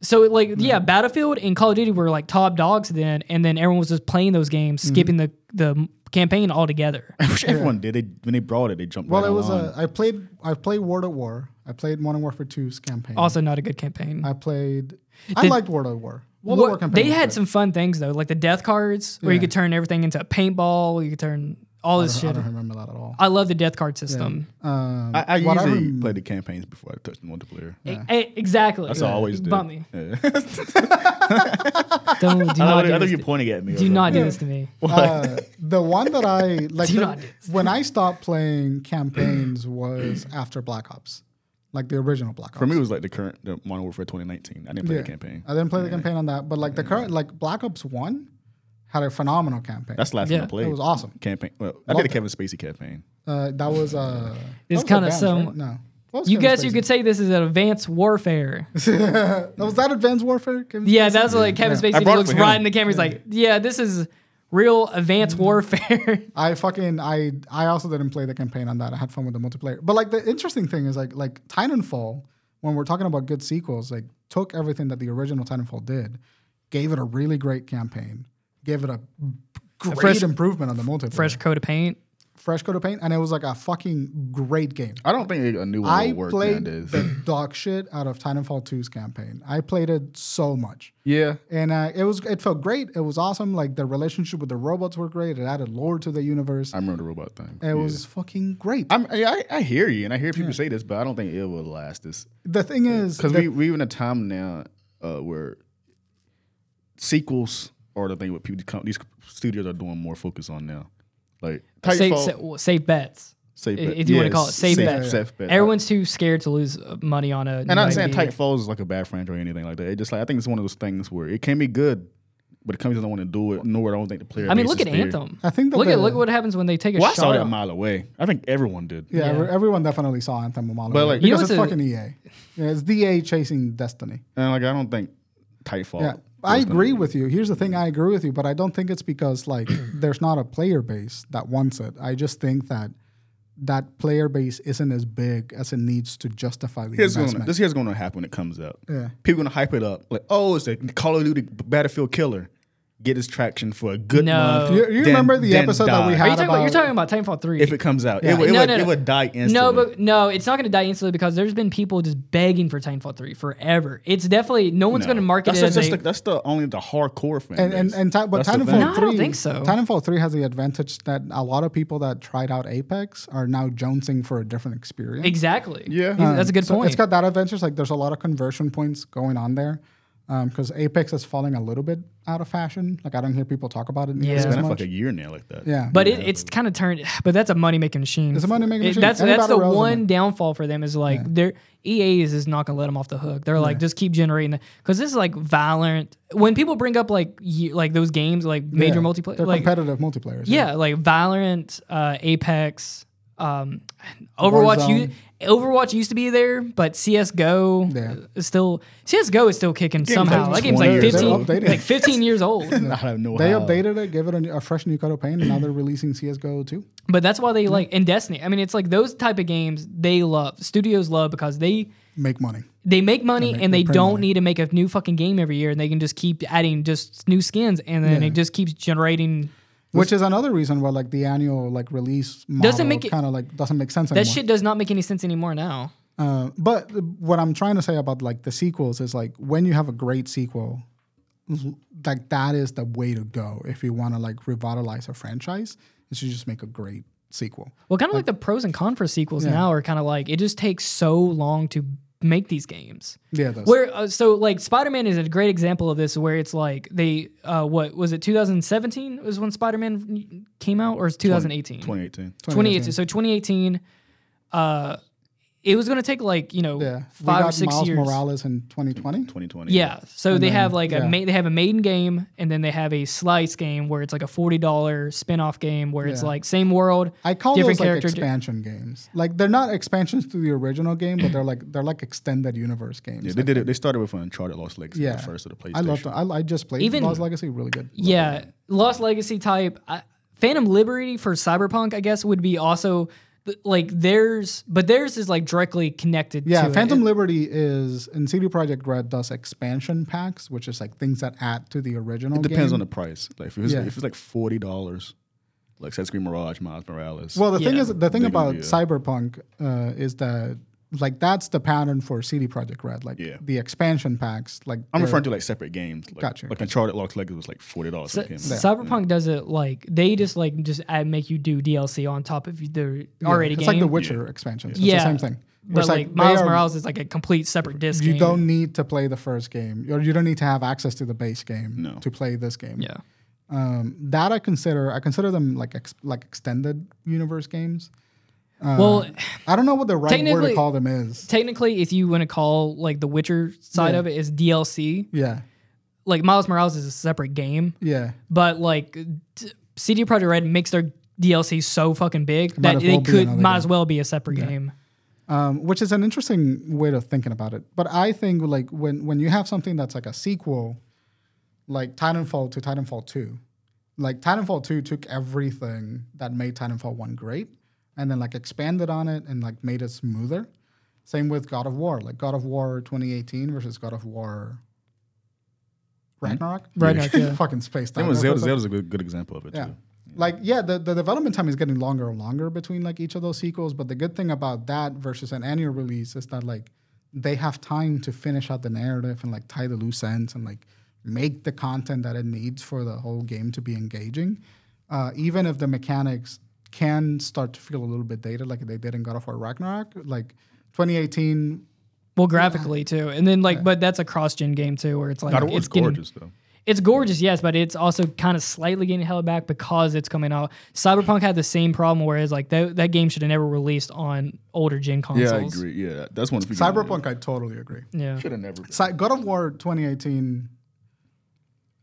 So like yeah, Battlefield and Call of Duty were like top dogs then, and then everyone was just playing those games, skipping the the campaign altogether.
I wish everyone did. They, when they brought it, they jumped.
Well,
right
it was
online.
uh, I played I played World at War. I played Modern Warfare 2's campaign.
also, not a good campaign.
I played. I
Did-
liked World at War. World at War
What,
campaign.
they
was
had
good.
some fun things though, like the death cards, where you
Yeah.
could turn everything into a paintball. You could turn all
I
this
don't, I
shit.
don't remember that at all.
I love the death card system.
Um,
I, I
what I
usually
rem-
play the campaigns before I touch the multiplayer.
E- e- exactly.
That's all I always do.
Bump me.
Yeah.
Don't, do
I,
not
don't- I
do
think
this
you're
to-
pointing at me.
do not do this to me.
Uh, the one that I like
Do
the-
not do
when I stopped playing campaigns was after Black Ops, like the original Black Ops.
For me, it was like the current the Modern Warfare 2019. I didn't play
Yeah.
the campaign.
I didn't play the campaign on that, but like the current, like Black Ops One, had a phenomenal campaign.
That's the last
Yeah.
one I
It
played.
it was awesome.
Campaign. Well, I did
Loved
a
it.
Kevin Spacey campaign.
Uh, that was uh,
It's
that was
kinda
Advanced,
some-
right? No, What was
You
Kevin
guess you
Spacey?
could say this is an advanced warfare.
Now, was that Advanced Warfare? Kevin
Yeah,
Spacey?
that's like Kevin
I
Spacey
brought it
looks
for him.
right in the camera. He's like, "Yeah, this is real advanced warfare."
I fucking I I also didn't play the campaign on that. I had fun with the multiplayer. But like the interesting thing is like like Titanfall, when we're talking about good sequels, like took everything that the original Titanfall did, gave it a really great campaign, gave it a great
fresh-
improvement on the multiplayer,
Fresh coat of paint.
fresh coat of paint, and it was like a fucking great game.
I don't think a new one
I
will work
played
nowadays.
the dog shit out of Titanfall 2's campaign. I played it so much
yeah.
and uh, it was it felt great. It was awesome. Like the relationship with the robots were great. It added lore to the universe.
I remember the robot thing.
it was fucking great.
I'm, I, I hear you, and I hear people say this, but I don't think it will last this.
the thing is,
Because
that-
we we in a time now uh, where sequels are the thing what people come, these studios are doing more focus on now. Like
Safe,
Titanfall,
sa- well, safe bets.
safe
if-
bet.
if you wanna call it, safe
safe,
bet.
safe bet.
Everyone's too scared to lose uh, money on a.
and I'm
new
not saying
idea.
Titanfall is like a bad franchise or anything like that. It just like I think it's one of those things where it can be good, but the company doesn't want to do it. Nor I don't think the player.
I mean,
base
look
is
at
there.
Anthem.
I think that
look
the-
at look what happens when they take a
Well, I saw
shot.
that a
at-
mile away. I think everyone did.
yeah,
yeah.
ev- everyone definitely saw Anthem a mile
But,
away
like- You
know
because it's
what's a-
fucking EA. Yeah, it's DA chasing Destiny.
And like I don't think Titanfall.
Yeah, I agree with you. Here's the thing, I agree with you, but I don't think it's because like there's not a player base that wants it. I just think that that player base isn't as big as it needs to justify the
Here's gonna,
investment.
this here's going to happen when it comes out.
Yeah.
People going to hype it up like, oh, it's a Call of Duty Battlefield killer. Get its traction for a good
No.
month.
You-
you remember the episode that we
die.
Are
had?
you talking about, you're
about-
talking about Titanfall three?
If it comes out, it, would, it,
No,
would,
no, no.
it would die instantly.
no, but no, it's not going to die instantly because there's been people just begging for Titanfall three forever. It's definitely no one's
No.
going to market
that's
it.
Just,
as
that's,
a-
the, that's the only the hardcore fan.
and and,
base.
and Ti- but
That's the
Titanfall
thing.
No, I don't
three-
think so.
Titanfall three has the advantage that a lot of people that tried out Apex are now jonesing for a different experience.
exactly.
Yeah.
He's- that's a good
So
point.
It's got that advantage. Like there's a lot of conversion points going on there. Because Apex is falling a little bit out of fashion. Like I don't hear people talk about it nearly
Yeah. It's
it's
as
been out for
much.
like a year now, like that.
yeah,
But it, it's kind of turned. But that's a money making machine.
It's a money-making
It-
machine.
That's
And
that's
battle
the
royals on
one
it.
downfall for them is like their EA is just not gonna let them off the hook. They're like just keep generating because this is like violent. When people bring up like ye- like those games like major
Yeah.
multiplayer
They're
like
competitive multiplayers.
yeah like Valorant, uh, Apex, um, Overwatch. You,
Warzone.
Overwatch used to be there, but CS:GO
Yeah.
is still CS:GO is still kicking somehow. that
like
game's
20
like
years
fifteen,
old. They're updated.
like fifteen years old.
I don't know
They
how.
updated it, gave it a, new- a fresh new coat of paint, and now they're releasing CS:GO too.
But that's why they like in Destiny. I mean, it's like those type of games they love. Studios love because they
Make money.
they make money
make-
and
they
they
print
don't
money.
need to make a new fucking game every year, and they can just keep adding just new skins, and then
Yeah.
it just keeps generating.
Which is another reason why like the annual like release model
Doesn't make it-
kind of like doesn't make sense
That
anymore.
shit does not make any sense anymore now.
Uh, but what I'm trying to say about like the sequels is like when you have a great sequel, l- like that is the way to go if you want to like revitalize a franchise. Is you just make a great sequel.
Well, kind of like, the pros and cons for sequels now are kind of like it just takes so long to make these games.
Yeah, that's
Where uh, so like Spider Man is a great example of this, where it's like they uh, what was it 2017 was when Spider Man came out, or it's 2018?
2018.
2018. So 2018, uh, it was going to take like you know
yeah. we
five or
got
six
Miles
years.
Morales in 2020.
2020.
Yeah. So they have like
yeah.
a ma- they have a maiden game and then they have a slice game where it's like a forty dollar spin off game where it's
Yeah.
like same world.
I call
different
those like
character-
expansion games. Like they're not expansions to the original game, but they're like they're like extended universe games.
Yeah,
Like,
they did it. They started with uh, Uncharted Lost Legacy,
Yeah.
the first of the PlayStation.
I loved. I, I just played
Even-
Lost Legacy. Really good.
yeah, Lost Legacy type. I, Phantom Liberty for Cyberpunk, I guess, would be also th- like theirs, but theirs is like directly connected.
Yeah,
to
Phantom
It.
Liberty is and CD Projekt Red does expansion packs, which is like things that add to the original.
It depends
game.
on the price. Like if it was,
Yeah.
if it's like forty dollars, like Assassin's Creed Mirage, Miles Morales.
Well, the thing
Yeah.
is, the thing
They can
about
do that.
Cyberpunk uh, is that like that's the pattern for CD Project Red. Like
Yeah.
the expansion packs. Like
I'm
they're-
referring to like separate games. Like,
Gotcha.
Like Uncharted Lost Legacy was like forty dollars.
Cy- Cyberpunk does it like they just like just add, make you do DLC on top of the
yeah,
already
It's
game.
like the Witcher expansions. It's
Yeah.
the same thing. Where
but
it's
like,
they
Miles
are-
Morales is like a complete separate disc.
You
game.
don't need to play the first game, or you don't need to have access to the base game
No.
to play this game.
Yeah.
um, that I consider I consider them like ex, like extended universe games. Uh,
well,
I don't know what the right word
Technically-
to call them is.
technically, if you want to call like the Witcher side
Yeah.
of it is DLC,
Yeah,
like Miles Morales is a separate game,
yeah.
but like t- CD Projekt Red makes their DLC so fucking big
might
that
as
they
well be
could
another
might
game.
as well be a separate game.
um, which is an interesting way of thinking about it. But I think like when when you have something that's like a sequel, like Titanfall to Titanfall two, like Titanfall two took everything that made Titanfall one great, and then like expanded on it and like made it smoother. Same with God of War, like God of War 2018 versus God of War Ragnarok.
Hmm. Ragnarok, yeah.
fucking spaced
That
out
was
there for
Zelda.
a second.
Zelda's a good, good example of it
Yeah.
too.
Like yeah, the, the development time is getting longer and longer between like each of those sequels. But the good thing about that versus an annual release is that like they have time to finish out the narrative and like tie the loose ends and like make the content that it needs for the whole game to be engaging. Uh, even if the mechanics can start to feel a little bit dated, like they did in God of War Ragnarok, like 2018.
Well, graphically too, and then like, but that's a cross-gen game too, where it's like
God of War
it's
was
getting-
gorgeous though.
It's gorgeous, yes, but it's also kind of slightly getting held back because it's coming out. Cyberpunk had the same problem, whereas like that, that game should have never released on older gen consoles.
Yeah, I agree. Yeah, that's one of the
Cyberpunk, I totally agree.
Yeah,
should have never. been.
Cy- God of War 2018.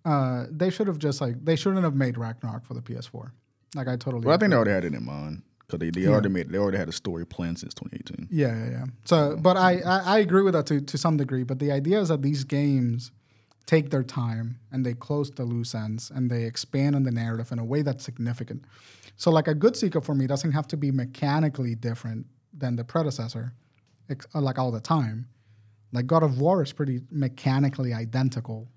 Uh, they should have just like they shouldn't have made Ragnarok for the PS4. Like I totally.
Well, I think they already had it in mind because they, they already made they already had a story planned since 2018.
Yeah, yeah, yeah. So, but I, I I agree with that to to some degree. But the idea is that these games take their time and they close the loose ends and they expand on the narrative in a way that's significant. So, like a good sequel for me doesn't have to be mechanically different than the predecessor, ex- uh, like all the time. Like God of War is pretty mechanically identical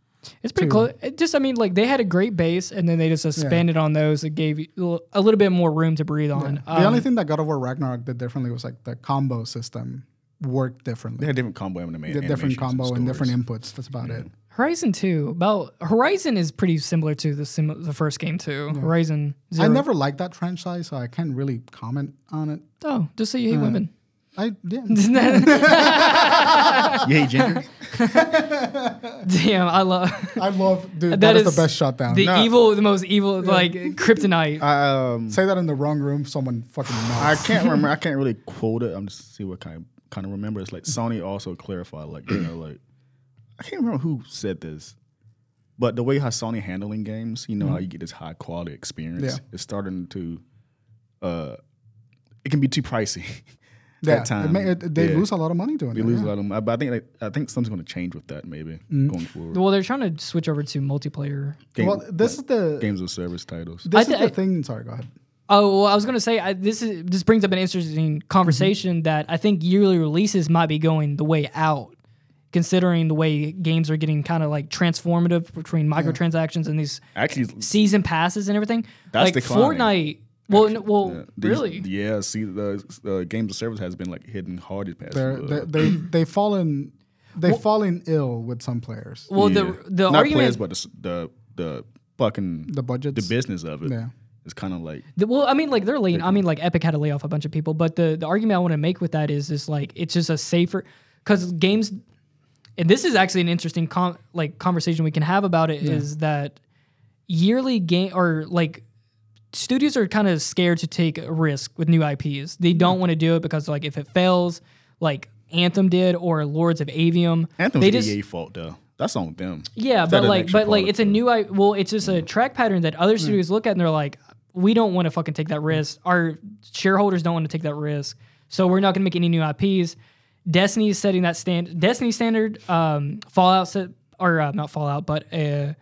it's pretty close. It just, I mean, like they had a great base, and then they just expanded on those. It gave you a little- a little bit more room to breathe on. Um,
The only thing that God of War Ragnarok did differently was like the combo system worked
They
differently.
had different combo and the
Did different combo and, different inputs. That's about it.
Horizon Two, about Horizon is pretty similar to the sim- the first game too. Horizon Zero.
I never liked that franchise, so I can't really comment on it.
oh, just so you
Uh,
hate women.
I yeah.
Yay, Jenkins.
Damn, I love.
I love dude.
That
that is,
is
the best shutdown.
The evil, the most evil, like kryptonite.
Uh,
um,
Say that in the wrong room, someone fucking melts.
I can't remember. I can't really quote it. I'm just see what kind of kind of remember. It's like Sony also clarified, like you know, like I can't remember who said this, but the way how Sony handling games, you know, how you get this high quality experience,
Mm-hmm. Yeah.
it's starting to, uh, it can be too pricey.
yeah,
that time.
it may- it- they
Yeah.
lose a lot of money doing
You
that.
lose
yeah. Mm-hmm.
a lot of. But I think like, I think something's going to change with that maybe going forward.
well, they're trying to switch over to multiplayer.
Game-
Well, this is the
games of service titles.
this
I
is
th-
the
I-
thing. Sorry, go ahead.
Oh, well, I was gonna say I, this is this brings up an interesting conversation that I think yearly releases might be going the way out, considering the way games are getting kind of like transformative between microtransactions and these
Actually,
season passes and everything.
That's
like
declining.
Fortnite. Well, no, well,
these-
really.
Yeah, see, the uh, games of service has been like hidden hard these past.
They're,
few, uh,
they they they've fallen they've fallen ill with some players.
well, the
Yeah.
the
not
argument.
players, but the, s- the the fucking
The budgets.
the business of it.
Yeah.
It's kind of like
The- well, I mean, like they're laying. I mean, like Epic had to lay off a bunch of people, but the the argument I want to make with that is is like it's just a safer because games, and this is actually an interesting con like conversation we can have about it is that yearly game or like studios are kind of scared to take a risk with new IPs. They don't want to do it because like if it fails, like Anthem did or Lords of Avium,
Anthem's
they
EA
just
fault though. That's on them.
yeah,
Is
but
that an
like,
extra
but like,
product,
it's a
though?
new. I well, it's just a track pattern that other studios look at and they're like, we don't want to fucking take that risk. Our shareholders don't want to take that risk, so we're not going to make any new IPs. Destiny is setting that stand. Destiny standard. Um, Fallout set or uh, not Fallout, but a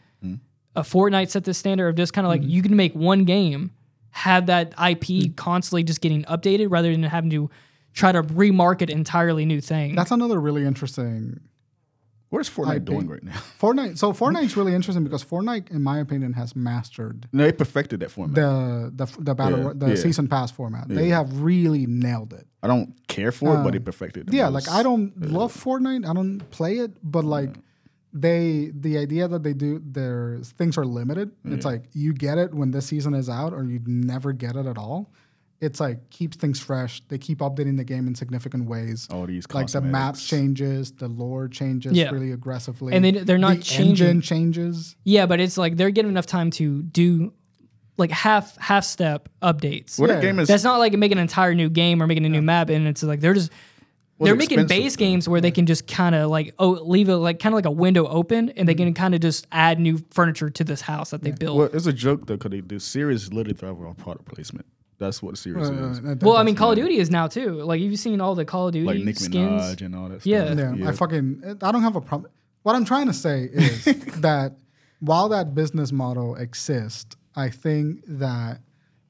a Fortnite set this standard of just kind of like you can make one game, have that IP constantly just getting updated rather than having to try to remarket entirely new thing.
That's another really interesting
Where's Fortnite
I
doing
think-
right now?
Fortnite. So Fortnite's really interesting because Fortnite, in my opinion, has mastered
No, they perfected that format.
the the the battle
Yeah,
the
yeah.
season pass format. They have really nailed it.
I don't care for it, but they perfected. the
Uh, Yeah,
most.
like I don't love Fortnite. I don't play it, but like they the idea that they do their things are limited. It's like you get it when this season is out or you never get it at all. It's like keeps things fresh. They keep updating the game in significant ways.
All these
like the map
cosmetics.
changes, the lore changes
Yeah.
really aggressively.
And they- they're not
the
changing-
engine changes.
Yeah, but it's like they're getting enough time to do like half half step updates.
Well,
Yeah.
that game is
That's not like making an entire new game or making a new map, and it's like they're just they're making
expensive,
base
though.
games where they can just kind of like oh leave it like kind of like a window open, and they can kind of just add new furniture to this house that they built.
Well, it's a joke though, because they the series literally thrive on product placement. That's what the series
Uh,
is.
that-
Well, I mean, Call of Duty is now too. Like, you've seen all the Call of Duty
Like Nicki
skins.
Minaj and all that.
Yeah.
stuff.
Yeah, I fucking I don't have a problem. What I'm trying to say is that while that business model exists, I think that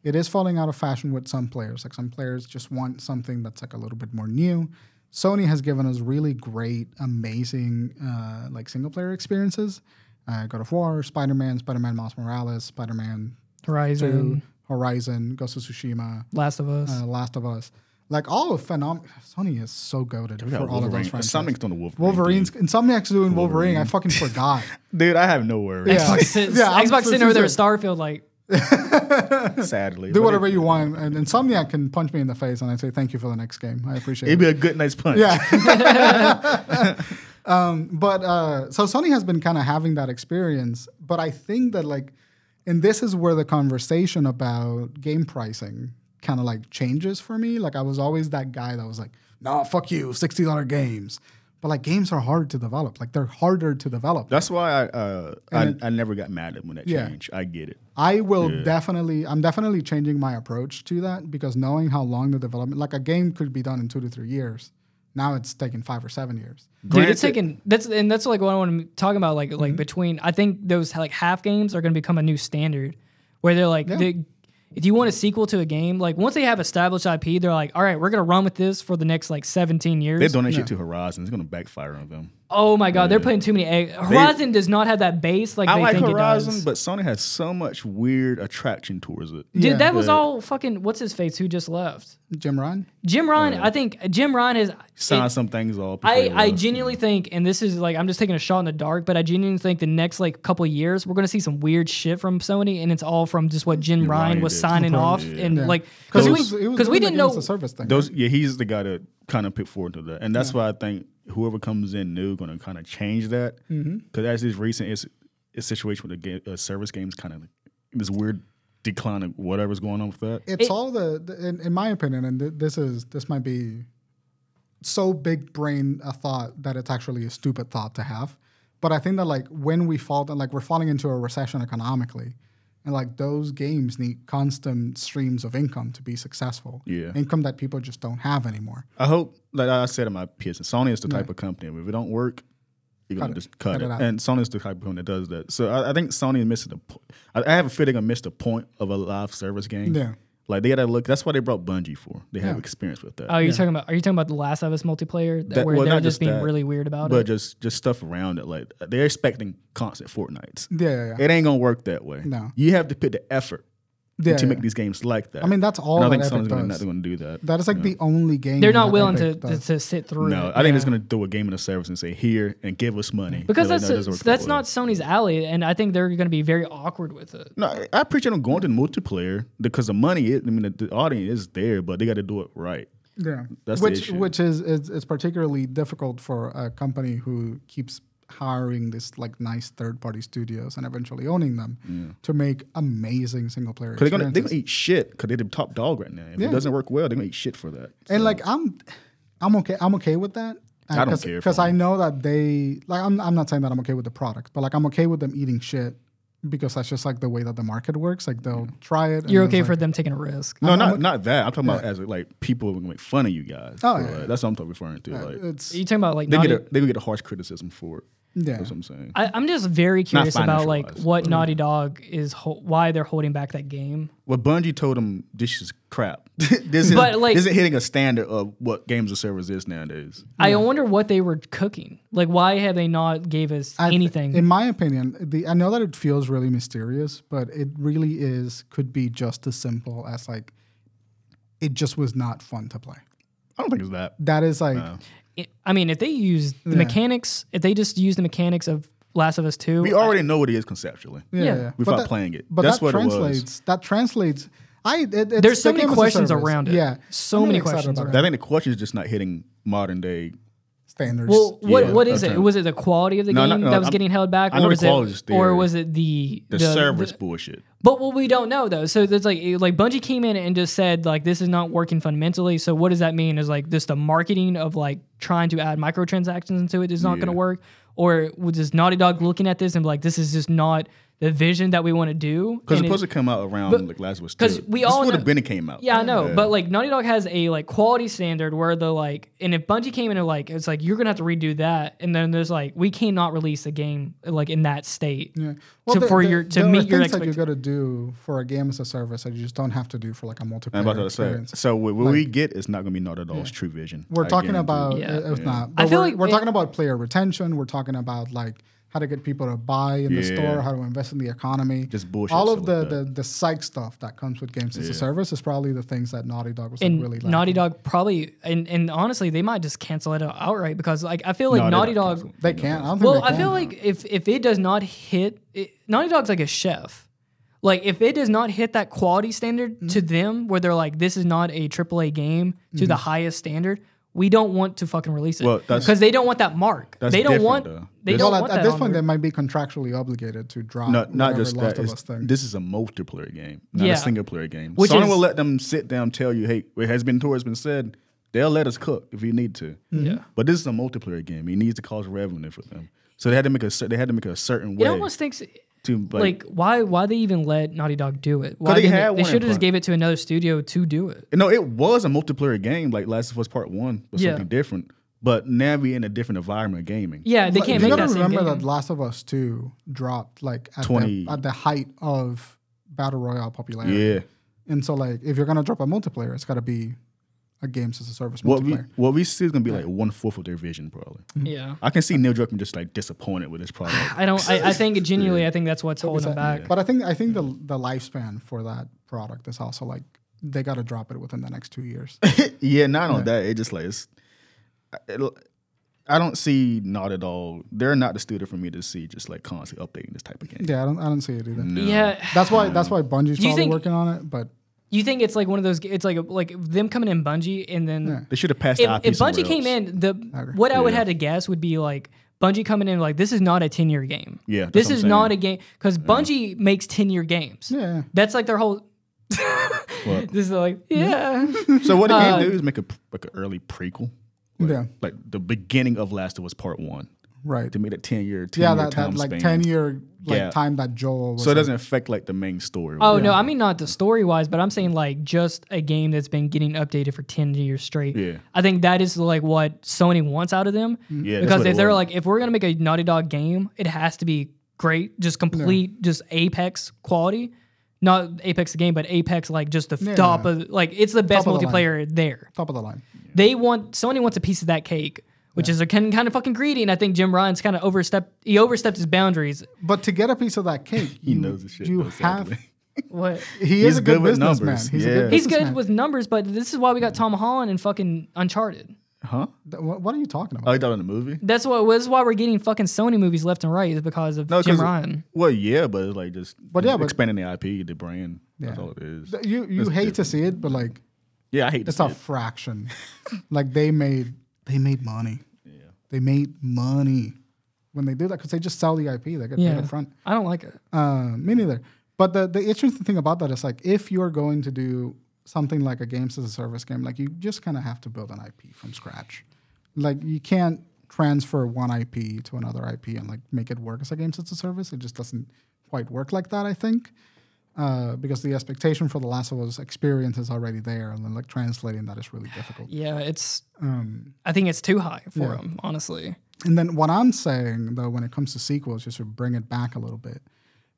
it is falling out of fashion with some players. Like some players just want something that's like a little bit more new. Sony has given us really great, amazing uh, like single player experiences. Uh, God of War, Spider Man, Spider Man Miles Morales, Spider Man
Horizon,
Horizon, Ghost of Tsushima,
Last of Us.
uh, Last of Us. Like all of phenom, Sony is so goaded
Yeah,
for all of
Wolverine.
those franchises.
Something's on the Wolverine.
Wolverine's
Dude,
Insomniac's doing Wolverine. I fucking forgot.
Dude, I have no worries.
Yeah.
Xbox sitting,
Yeah, I'm
Xbox
so
sitting over there at Starfield, like,
Sadly,
Do
But
whatever
it-
you want, and Insomniac can punch me in the face, and I say thank you for the next game. I appreciate
It'd
it.
be a good night's punch.
Yeah. um, but uh, so Sony has been kind of having that experience, but I think that like, and this is where the conversation about game pricing kind of like changes for me. Like I was always that guy that was like, nah, fuck you, sixty dollar games. But like games are hard to develop. Like they're harder to develop.
That's why I uh, I, I never got mad at when that
Yeah.
changed. I get it.
I will definitely, I'm definitely changing my approach to that because knowing how long the development, like a game could be done in two to three years. Now it's taking five or seven years.
dude, it's
Granted- Mm-hmm.
taking that's and that's like what I want to talk about. Like, like between, I think those like half games are going to become a new standard, where they're like, they, if you want a sequel to a game, like once they have established IP, they're like, all right, we're going to run with this for the next like 17
They
years.
donate shit to Horizon. It's gonna backfire on them.
Oh my god, they're putting too many eggs. Horizon does not have that base like
I
they
like
think it
Horizon,
does.
but Sony has so much weird attraction towards it.
Dude,
Yeah.
that was all fucking what's his face who just left.
Jim Ryan?
Jim Ryan, I think Jim Ryan has.
Sign some things off. before
I,
they
I
rush.
genuinely think, and this is like I'm just taking a shot in the dark, but I genuinely think the next like couple of years we're gonna see some weird shit from Sony, and it's all from just what Jim Ryan
Ryan
was
did.
signing off, and like because
Because
we because we didn't know.
the service thing.
Those yeah, he's the guy that kind of put forward to that, and that's why I think whoever comes in new going to kind of change that. Because as is recent, it's it's situation with the game, uh, service games kind of this weird decline of whatever's going on with that.
it's all the, the in, in my opinion, and th- this is this might be so big brain a thought that it's actually a stupid thought to have. But I think that like when we fall, down- like we're falling into a recession economically, and like those games need constant streams of income to be successful.
Yeah.
income that people just don't have anymore.
I hope, like I said in my piece, Sony is the type of company if it don't work, you're gonna just cut,
Cut
it.
it out.
and Sony is the type of company that does that. So I, I think Sony missed the. po- I, I have a feeling I missed the point of a live service game.
Yeah.
like they gotta look. That's why they brought Bungie for. They have experience with that.
Oh, you're talking about are you talking about the Last of Us multiplayer that,
That-
where
well,
they're
not
just
just
being
that,
really weird about
but
it?
just just stuff around it. Like they're expecting constant Fortnites.
Yeah, yeah, yeah.
It ain't gonna work that way.
No.
you have to put the effort
Yeah,
to make
yeah.
these games like that.
I mean, that's all
And I think
that
Sony's
Epic
gonna,
does.
not gonna do that.
That is like the only game
They're not
that
willing to,
Epic
to
does.
to sit through.
no,
it.
I think
Yeah.
it's gonna do a game in a service and say here and give us money
because
They're like,
that's
"No, it doesn't work
that's
that way."
not Sony's alley, and I think they're gonna be very awkward with it.
No, I- I appreciate them going to the multiplayer because the money. Is, I mean, the, the audience is there, but they got to do it right.
Yeah,
That's the
which
issue.
which is, is is particularly difficult for a company who keeps hiring this like nice third party studios and eventually owning them to make amazing single player
Because they're gonna
experiences.
they're gonna eat shit because they're the top dog right now. If it doesn't work well, they're gonna eat shit for that.
and like I'm, I'm okay. I'm okay with that.
I don't care for
because I know that they like. I'm I'm not saying that I'm okay with the product, but like I'm okay with them eating shit because that's just like the way that the market works. Like they'll try it. and
You're
then
okay
it's
for
like,
them taking a risk.
No, not not that. I'm talking about as like people are gonna make fun of you guys.
Oh,
for
yeah, Uh,
it. that's what I'm referring to. Like
It's
Are you talking about like
they
Naughty,
get a, they gonna get a harsh criticism for it.
Yeah.
That's what I'm saying.
I, I'm just very curious about like
financial-wise,
what
but-
Naughty Dog is ho- why they're holding back that game.
Well, Bungie told him this is crap. this is
But, like-
this isn't hitting a standard of what games of service is nowadays.
I wonder what they were cooking. Like, why have they not gave us
I th-
anything?
in my opinion, the I know that it feels really mysterious, but it really is could be just as simple as like it just was not fun to play.
I don't think it's that.
That is like
I- I mean, if they used the mechanics, if they just used the mechanics of Last of Us Two,
We already know what it is conceptually.
yeah,
Yeah.
yeah.
Without
that-
playing it.
But
That's
that
what it was.
translates. That translates. I it, it's
There's so
the
many
game as a
questions
service.
around it.
Yeah,
So
I'm
many
really excited
questions
about
around
it.
I think the question is just not hitting modern day.
standards.
well, what
Yeah,
what is it?
okay.
Was it the quality of the
No,
game
no, no,
that was
I'm-
getting held back,
I
or
know the
was
quality's
it, or
there.
was it the
The, service bullshit.
But what we don't know though, so there's like it- like Bungie came in and just said like this is not working fundamentally. So what does that mean? Is like this the marketing of like trying to add microtransactions into it is not going to
Yeah.
work, or was this Naughty Dog looking at this and be like this is just not the vision that we want to do? And
Because it's
it-
supposed to come out around like last was
'cause we all
would
know-
have been it came out.
Yeah, I know. But like Naughty Dog has a like quality standard where the like and if Bungie came in and like it's like you're gonna have to redo that and then there's like we cannot release a game like in that state.
Yeah.
to-
there-
for
there-
your- to
there are
meet your
things that you
expecta-
got to do for a game as a service that you just don't have to do for like a multiplayer
I'm about to say.
experience.
So what, what we get is not going to be Naughty Dog's true vision.
We're
I
talking
guarantee
about
it.
Yeah.
it- it's
Yeah.
not.
I
But
feel
we're,
like
we're
it-
talking about player retention. We're talking about like how to get people to buy in the
Yeah.
store, how to invest in the economy.
Just bullshit
All of
stuff
the,
like
the the psych stuff that comes with games as a service is probably the things that Naughty Dog was like,
And
really lacking.
Naughty Dog probably and, and honestly they might just cancel it out outright because like I feel like
No, they're
Naughty
not
Dog
canceling.
They can't. I don't think
Well,
they
I
can.
feel like if if it does not hit it, Naughty Dog's like a chef. Like if it does not hit that quality standard to them where they're like this is not a AAA game to the highest standard, we don't want to fucking release it.
Well, that's-
cuz they don't want that mark.
that's
they don't
different,
want
though.
they
This-
don't
Well,
want
at,
that.
at this
on
point,
their-
they might be contractually obligated to drop
Not, not
whatever
just
Last
that.
of
it's-
Us thing.
This is a multiplayer game, not
Yeah.
a single player game.
Which
Which Sony
is-
will let them sit down, tell you, "Hey, it has been told, it's been said." They'll let us cook if you need to.
Yeah.
But this is a multiplayer game. It needs to cause revenue for them. So they had to make a cer- they had to make a certain
it
way
almost thinks
to like,
like why why they even let Naughty Dog do it? Why
they
didn't
had
they
one in
should have just
front.
gave it to another studio to do it.
no, it was a multiplayer game like Last of Us Part One was
Yeah.
something different. But now we in a different environment of gaming.
Yeah, they
But
can't
you
make
gotta
that same
remember
game.
that Last of Us Two dropped like at,
20.
the, at the height of battle royale popularity.
Yeah.
And so like if you're gonna drop a multiplayer, it's gotta be a games as a service
What we
multiplayer.
what we see is gonna be like one fourth of their vision probably.
yeah.
I can see Neil Druckmann just like disappointed with this product.
I don't I, I think genuinely I think that's what's holding them back.
But I think I think the the lifespan for that product is also like they gotta drop it within the next two years.
yeah, not on that. It just like it's, it'll, I don't see not at all. They're not the studio for me to see just like constantly updating this type of game.
yeah, I don't I don't see it either.
Yeah.
That's why that's why Bungie's
Do you
probably
think-
working on it, but
You think it's like one of those? It's like like them coming in Bungie and then
They should have passed the IP
if, if
somewhere
Bungie came
else.
in, the what I would
Yeah.
have to guess would be like Bungie coming in like this is not a ten year game.
Yeah, that's
this
what
is
I'm
not a game because Bungie makes ten year games.
yeah.
that's like their whole.
What?
This is like yeah,
so what the
uh,
game do is make a p- like an early prequel, like,
Yeah.
like the beginning of Last of Us Part One
Right.
to make that ten year, ten
Yeah,
year
that,
time
that like
span.
ten year like
Yeah.
time that Joel was
so it
like,
doesn't affect like the main story.
Oh no, I mean not the story wise, but I'm saying like just a game that's been getting updated for ten years straight.
Yeah.
I think that is like what Sony wants out of them.
Mm-hmm.
Yeah, that's
because
what
if
it
they're
was.
like, if we're gonna make a Naughty Dog game, it has to be great, just complete, just apex quality. Not apex the game, but apex like just the
Yeah.
top of like it's the best
of the line.
multiplayer there.
top of the line.
They want Sony wants a piece of that cake, which is a kind kind of fucking greedy, and I think Jim Ryan's kind of overstepped. He overstepped his boundaries.
But to get a piece of that cake, you,
knows his shit,
you
though,
have
sadly.
What?
he is
He's
a good,
good with
businessman.
numbers,
He's a
yeah.
good
He's good
businessman.
with numbers, but this is why we got Tom Holland and fucking Uncharted.
huh?
Th- wha- What are you talking about?
Oh, you thought in the movie?
That's what was why we're getting fucking Sony movies left and right is because of Jim
'cause-
Ryan.
Well, yeah, but it's like just
But yeah, but-
expanding the IP, the brand. That's all it is.
Th- You you hate to see it, but like
Yeah, I hate
it's
to
a fraction. like they made they made money. Yeah. They made money when they do that because they just sell the IP. They get paid
Yeah,
up front.
I don't like it.
Uh, me neither. But the the interesting thing about that is like if you're going to do something like a games as a service game, like you just kind of have to build an IP from scratch. Like you can't transfer one IP to another IP and like make it work as a games as a service. It just doesn't quite work like that. I think. Uh, because the expectation for the Last of Us experience is already there, and then like translating that is really difficult.
Um,
Yeah, it's. I think it's too high for him, honestly.
And then what I'm saying though, when it comes to sequels, just to bring it back a little bit,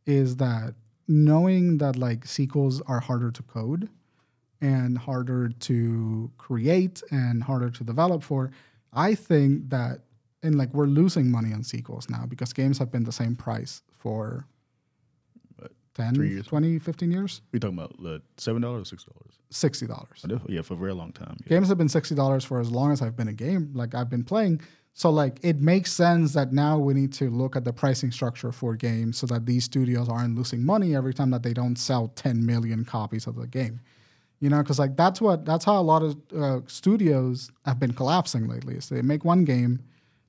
is that knowing that like sequels are harder to code and harder to create and harder to develop for, I think that and like we're losing money on sequels now because games have been the same price for 10,
three years.
20, 15 years,
We talking about like, seven dollars or six dollars?
$60.
Yeah, for a very long time. Yeah.
games have been sixty dollars for as long as I've been a game, like I've been playing. So like it makes sense that now we need to look at the pricing structure for games so that these studios aren't losing money every time that they don't sell ten million copies of the game. You know, because like that's what that's how a lot of uh, studios have been collapsing lately. Is they make one game,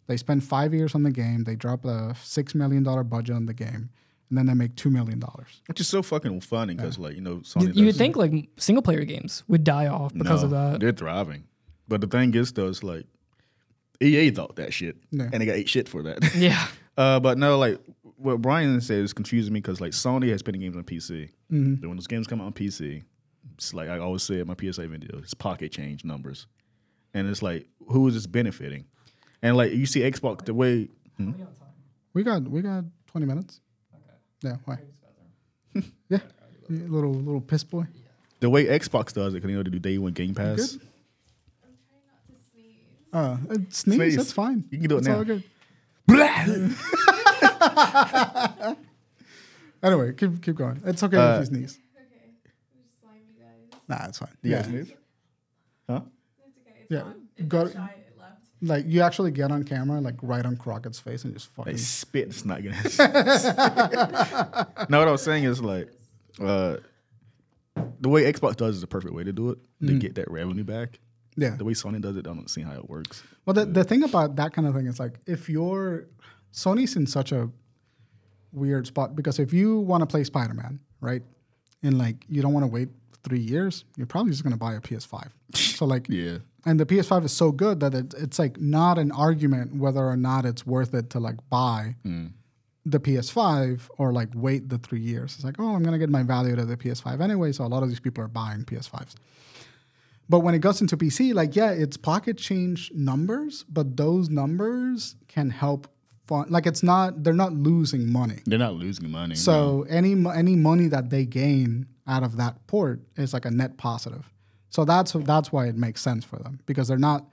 they spend five years on the game, they drop a six million dollar budget on the game, and then they make two million dollars.
Which is so fucking funny because, like, you know, Sony.
you would
does-
think like single player games would die off because
No,
of that.
They're thriving. But the thing is, though, it's like EA thought that shit.
Yeah.
And they got ate shit for that.
Yeah.
uh, but no, like, what Brian said is confusing me because, like, Sony has been in games on PC.
Mm-hmm.
But when those games come out on PC, it's like I always say in my PSA video, it's pocket change numbers. And it's like, who is this benefiting? And, like, you see Xbox the way. Hmm?
We got we got twenty minutes. Okay. Yeah. Why? yeah. You little little piss boy.
The way Xbox does it, 'cause, you know, they do day one Game Pass.
Uh, uh, sneeze,
Sneeze.
That's fine.
You can do it
That's
now.
all good.
Blah!
Anyway, keep keep going. It's okay
Uh,
if you sneeze.
Okay. I'm just slime you guys.
Nah, it's fine.
You
Yeah.
guys sneeze? Huh?
It's okay. It's
Yeah,
gone. It's
got it.
shy. It left.
Like you actually get on camera, like right on Crockett's face, and just fucking.
They spit snot in his No, what I was saying is like uh, the way Xbox does is the perfect way to do it to get that revenue back.
Yeah.
The way Sony does it, I don't see how it works.
Well, the, the thing about that kind of thing is like if you're Sony's in such a weird spot because if you want to play Spider Man, right, and like you don't want to wait three years, you're probably just gonna buy a PS5. So like,
Yeah.
and the PS5 is so good that it, it's like not an argument whether or not it's worth it to like buy the PS5 or like wait the three years. It's like, oh, I'm gonna get my value out of the PS5 anyway. So a lot of these people are buying PS5s. But when it goes into PC, like yeah, it's pocket change numbers, but those numbers can help fund. Like it's not they're not losing money.
They're not losing money.
So any mo- any money that they gain out of that port is like a net positive. So that's that's why it makes sense for them because they're not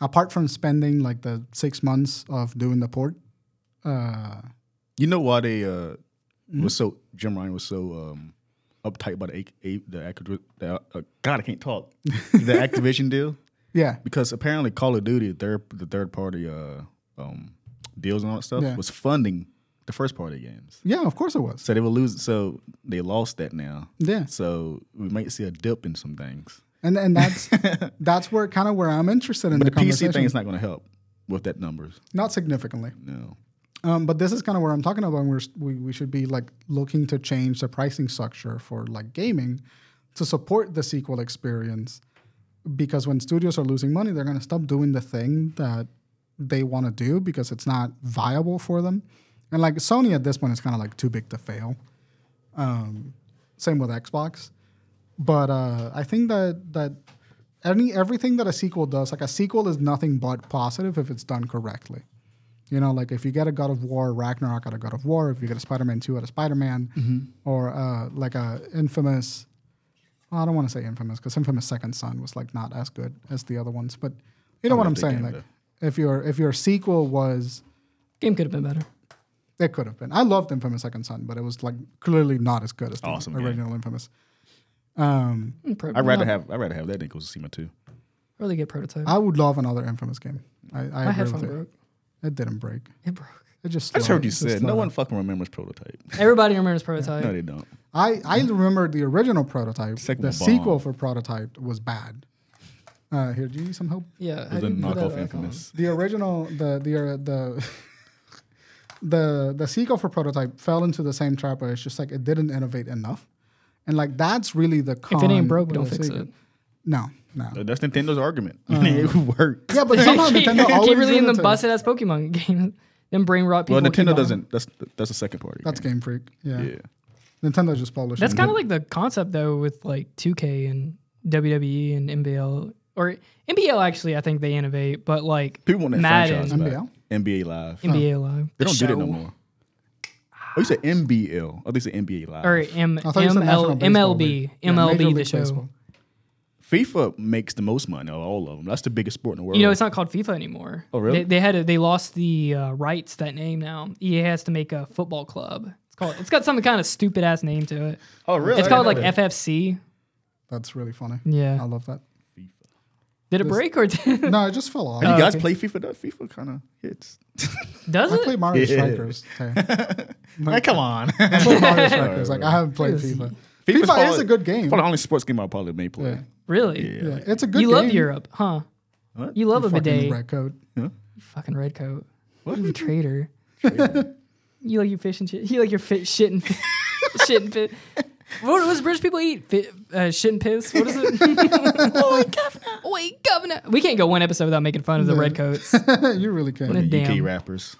apart from spending like the six months of doing the port. Uh,
you know why they uh, was so Jim Ryan was so um, uptight about the A- A- the, Activ- the uh, God I can't talk the Activision deal
yeah,
because apparently Call of Duty their the third party uh, um, deals and all that stuff
Yeah.
was funding the first party games.
yeah, of course it was.
So they were losing. So they lost that now.
Yeah.
So we might see a dip in some things.
And and that's that's where kind of where I'm interested in
But
the,
the PC thing
conversation.
is not going to help with that numbers.
Not significantly.
No.
Um, but this is kind of where I'm talking about. Where we, we should be like looking to change the pricing structure for like gaming to support the sequel experience, because when studios are losing money, they're going to stop doing the thing that they want to do because it's not viable for them. And like Sony at this point is kind of like too big to fail. Um, same with Xbox, but uh, I think that that any everything that a sequel does, like a sequel, is nothing but positive if it's done correctly. You know, like if you get a God of War Ragnarok out of God of War, if you get a Spider Man 2 out of Spider Man,
Mm-hmm.
or uh, like a infamous, well, I don't want to say infamous because infamous Second Son was like not as good as the other ones, but you know what
love
I'm
that
saying?
game,
Like if your if your sequel was,
Game could have been better.
it could have been. I loved Infamous Second Son, but it was like clearly not as good as the
Awesome game.
original Infamous. Um,
Mm, Pro-
I'd rather
no,
have I'd rather have that than Kojima too.
really good prototype.
I would love another Infamous game. I, I
My
agree
headphone
with it.
broke.
It didn't break.
It broke.
It just.
I just
slowed-
heard you
it just
said
slowed
no
down.
one fucking remembers prototype.
Everybody remembers prototype.
No, they don't.
I, I remember the original prototype.
Second
the
bomb.
sequel for prototype was bad. Uh, here, do you need some help?
Yeah.
It was
how
a
do you put
knockoff
that icon?
Infamous.
The original the the uh, the the the sequel for prototype fell into the same trap where it's just like it didn't innovate enough, and like that's really the con
If it ain't broke,
with
don't
the
fix
sequel.
it.
No, no.
Uh, That's Nintendo's argument. Uh-huh. it works.
Yeah, but somehow
keep,
Nintendo always
keep releasing the
innovates.
busted ass Pokemon game. Then bring rot people.
Well,
keep buying
Nintendo
them.
doesn't. That's that's a second party.
That's Game Freak. Yeah.
Yeah.
Nintendo just published.
That's
it.
kind of like the concept though with like 2K E and WWE and NBL or NBL actually I think they innovate, but like
People want that
Madden.
franchise back.
NBL?
NBA Live.
NBA Live
They don't do that no
Show.
more. Oh, you said MBL. Oh, they said NBA Live.
or M-
I thought you said National
ML,
Baseball
MLB
League. Yeah, Major
MLB the
League
show.
Baseball.
FIFA makes the most money out of all of them. That's the biggest sport in the world.
You know, it's not called FIFA anymore.
Oh, really?
They, they had a, they lost the uh, rights to that name now. EA has to make a football club. It's called. It's got some kind of stupid ass name to it.
oh, really?
It's called like FFC.
That's really funny.
Yeah.
I love that.
Did it break or did,
No, it just fell off.
Have you guys
Oh, okay.
play FIFA? though? FIFA kind of hits.
does
I
it?
play Mario
Yeah.
Strikers. Tay.
Like, come on.
I play Mario Strikers. Like I haven't played
Yes.
FIFA.
FIFA's
FIFA is
probably-
a good game.
Probably the only sports game I probably may play.
Yeah.
really?
Yeah.
Yeah, it's a good.
You
game.
love Europe, huh?
What?
You love a
Fucking
bidet.
red coat.
You fucking redcoat.
What?
You traitor. you like your fish and shit. You like your fi- shit and shit and piss. What does British people eat? Fi- uh, shit and piss. What is it? Oi, governor. Oi, governor. We can't go one episode without making fun of the
No.
redcoats,
you really
But
can.
Right.
the
Damn.
UK rappers.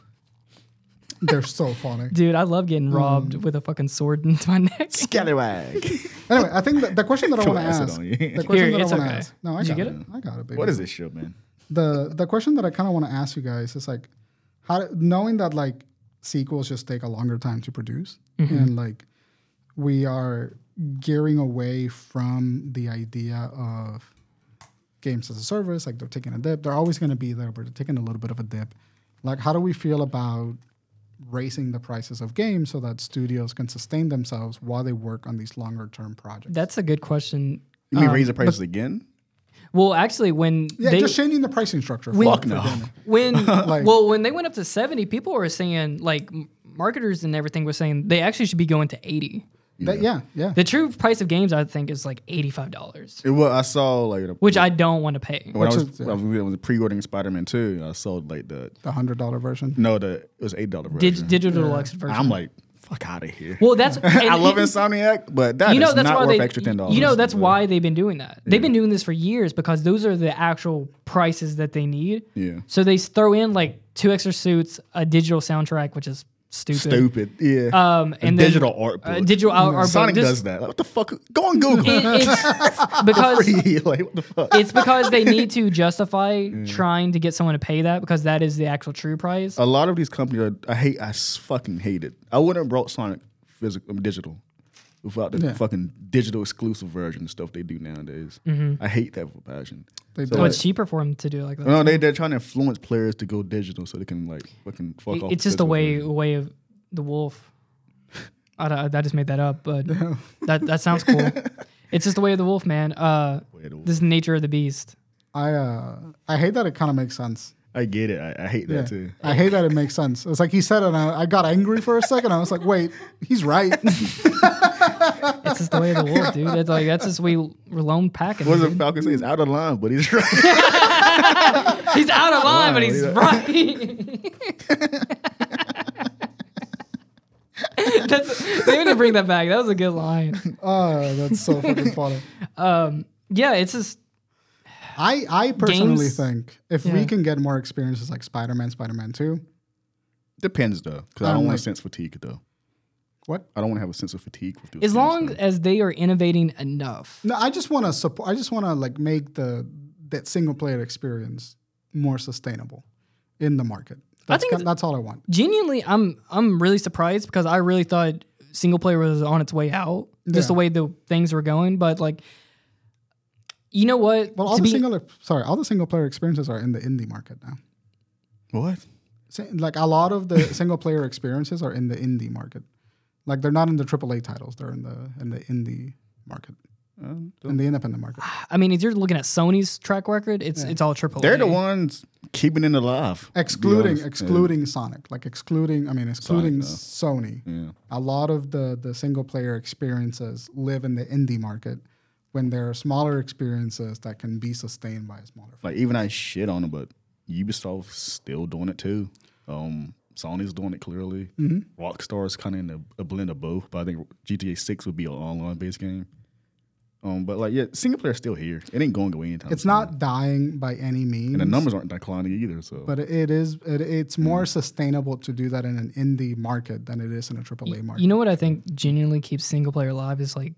They're so funny.
dude. I love getting robbed with a fucking sword in my neck.
Scallywag.
Anyway, I think that the question that I
Come
want to
on, I said
ask.
on you.
The question
Here,
that I
it's
want to
okay.
ask. No, I
Did you
got
get
it. I got it, baby.
what is this show, man?
the the question that I kind of want to ask you guys is like, how knowing that like sequels just take a longer time to produce, and like we are gearing away from the idea of games as a service. Like they're taking a dip. They're always going to be there, but they're taking a little bit of a dip. Like, how do we feel about raising the prices of games so that studios can sustain themselves while they work on these longer term projects?
That's a good question.
You mean raise the prices again?
Well, actually, when
yeah,
they
just changing the pricing structure. for-
Fuck
for
no.
gaming.
when
Like-
well when they went up to 70 people were saying like m- marketers and everything was saying they actually should be going to 80
That- yeah, yeah.
the true price of games i think is like $85
It, well, I saw like the,
which i don't want to pay
when I
Which
was,
is-
when I was, when I was pre-ordering Spider-Man 2, I saw like the
The hundred dollar version.
no, the it was eight dollar version.
Dig- digital deluxe version
I'm like, fuck out of here.
well that's
I
and
love
it-
Insomniac, but that is
you know that's
not
why
worth
they
extra ten dollars.
you know that's why they've been doing that they've been doing this for years because those are the actual prices that they need
Yeah.
so they throw in like two extra suits a digital soundtrack which is stupid
stupid. Yeah,
um
A
and then-
digital art book.
uh, digital art, art book.
Sonic
Just-
does that. Like, what the fuck? Go on Google.
it- it's because
like what the fuck?
it's because they need to justify trying to get someone to pay that because that is the actual true price.
a lot of these companies are, I hate I s- fucking hate it. I wouldn't have brought Sonic physical um, digital without the
Yeah.
fucking digital exclusive version and stuff they do nowadays.
Mm-hmm.
I hate that for passion.
They
So,
do.
Well,
like,
it's cheaper for them to do it like that.
no, they they're trying to influence players to go digital so they can like fucking fuck
It-
off.
it's
the
just a
physical
way
version.
a way of the wolf. I, don't- I just made that up, but that that sounds cool. it's just the way of the wolf, man. Uh,
Way of the wolf.
this is nature of the beast.
I uh, I hate that it kind of makes sense.
I get it. I, I hate that
Yeah.
too.
I hate that it makes sense. It's like he said it, and I, I got angry for a second. I was like, wait, he's right.
It's just the way of the wolf, dude. That's like that's just we we're lone packing.
What does the Falcon say? He's out of line, but he's right.
He's out of line, but
Wow,
he's
yeah.
right. That's, they need to bring that back. That was a good line.
Oh, that's so fucking funny.
Yeah, it's just
I, I personally
Games-
think if
Yeah.
we can get more experiences like Spider Man, Spider Man 2,
Depends though, because I
I'm
don't want
like-
to sense fatigue though.
what?
I don't want to have a sense of fatigue with this.
as long as they are innovating enough.
No, I just want to support. I just want to like make the that single player experience more sustainable in the market. That's,
think
ki-
it's-
that's all I want.
Genuinely, I'm I'm really surprised because I really thought single player was on its way out, just
Yeah.
the way the things were going. But like, you know what?
Well, all
To
the
be-
single sorry, all the single player experiences are in the indie market now.
what?
Sa- like a lot of the single player experiences are in the indie market. Like they're not in the AAA titles; they're in the in the indie market,
Um,
in the independent market.
I mean, if you're looking at Sony's track record, it's it's all triple.
They're the ones keeping it alive. to be
Excluding
honest.
excluding Sonic, like excluding I mean excluding Sony.
Yeah.
A lot of the the single player experiences live in the indie market when there are smaller experiences that can be sustained by a smaller.
Like even I shit on them, but Ubisoft's still doing it too. Um, Sony's doing it clearly. Rockstar is kind of in a, a blend of both, but I think GTA Six would be an online based game. Um, but like yeah, single player's still here. It ain't going away anytime.
It's
soon.
not dying by any means.
and the numbers Mm. aren't declining either. So
but it is it, it's more sustainable to do that in an indie market than it is in a AAA market.
You know what I think genuinely keeps single player alive is like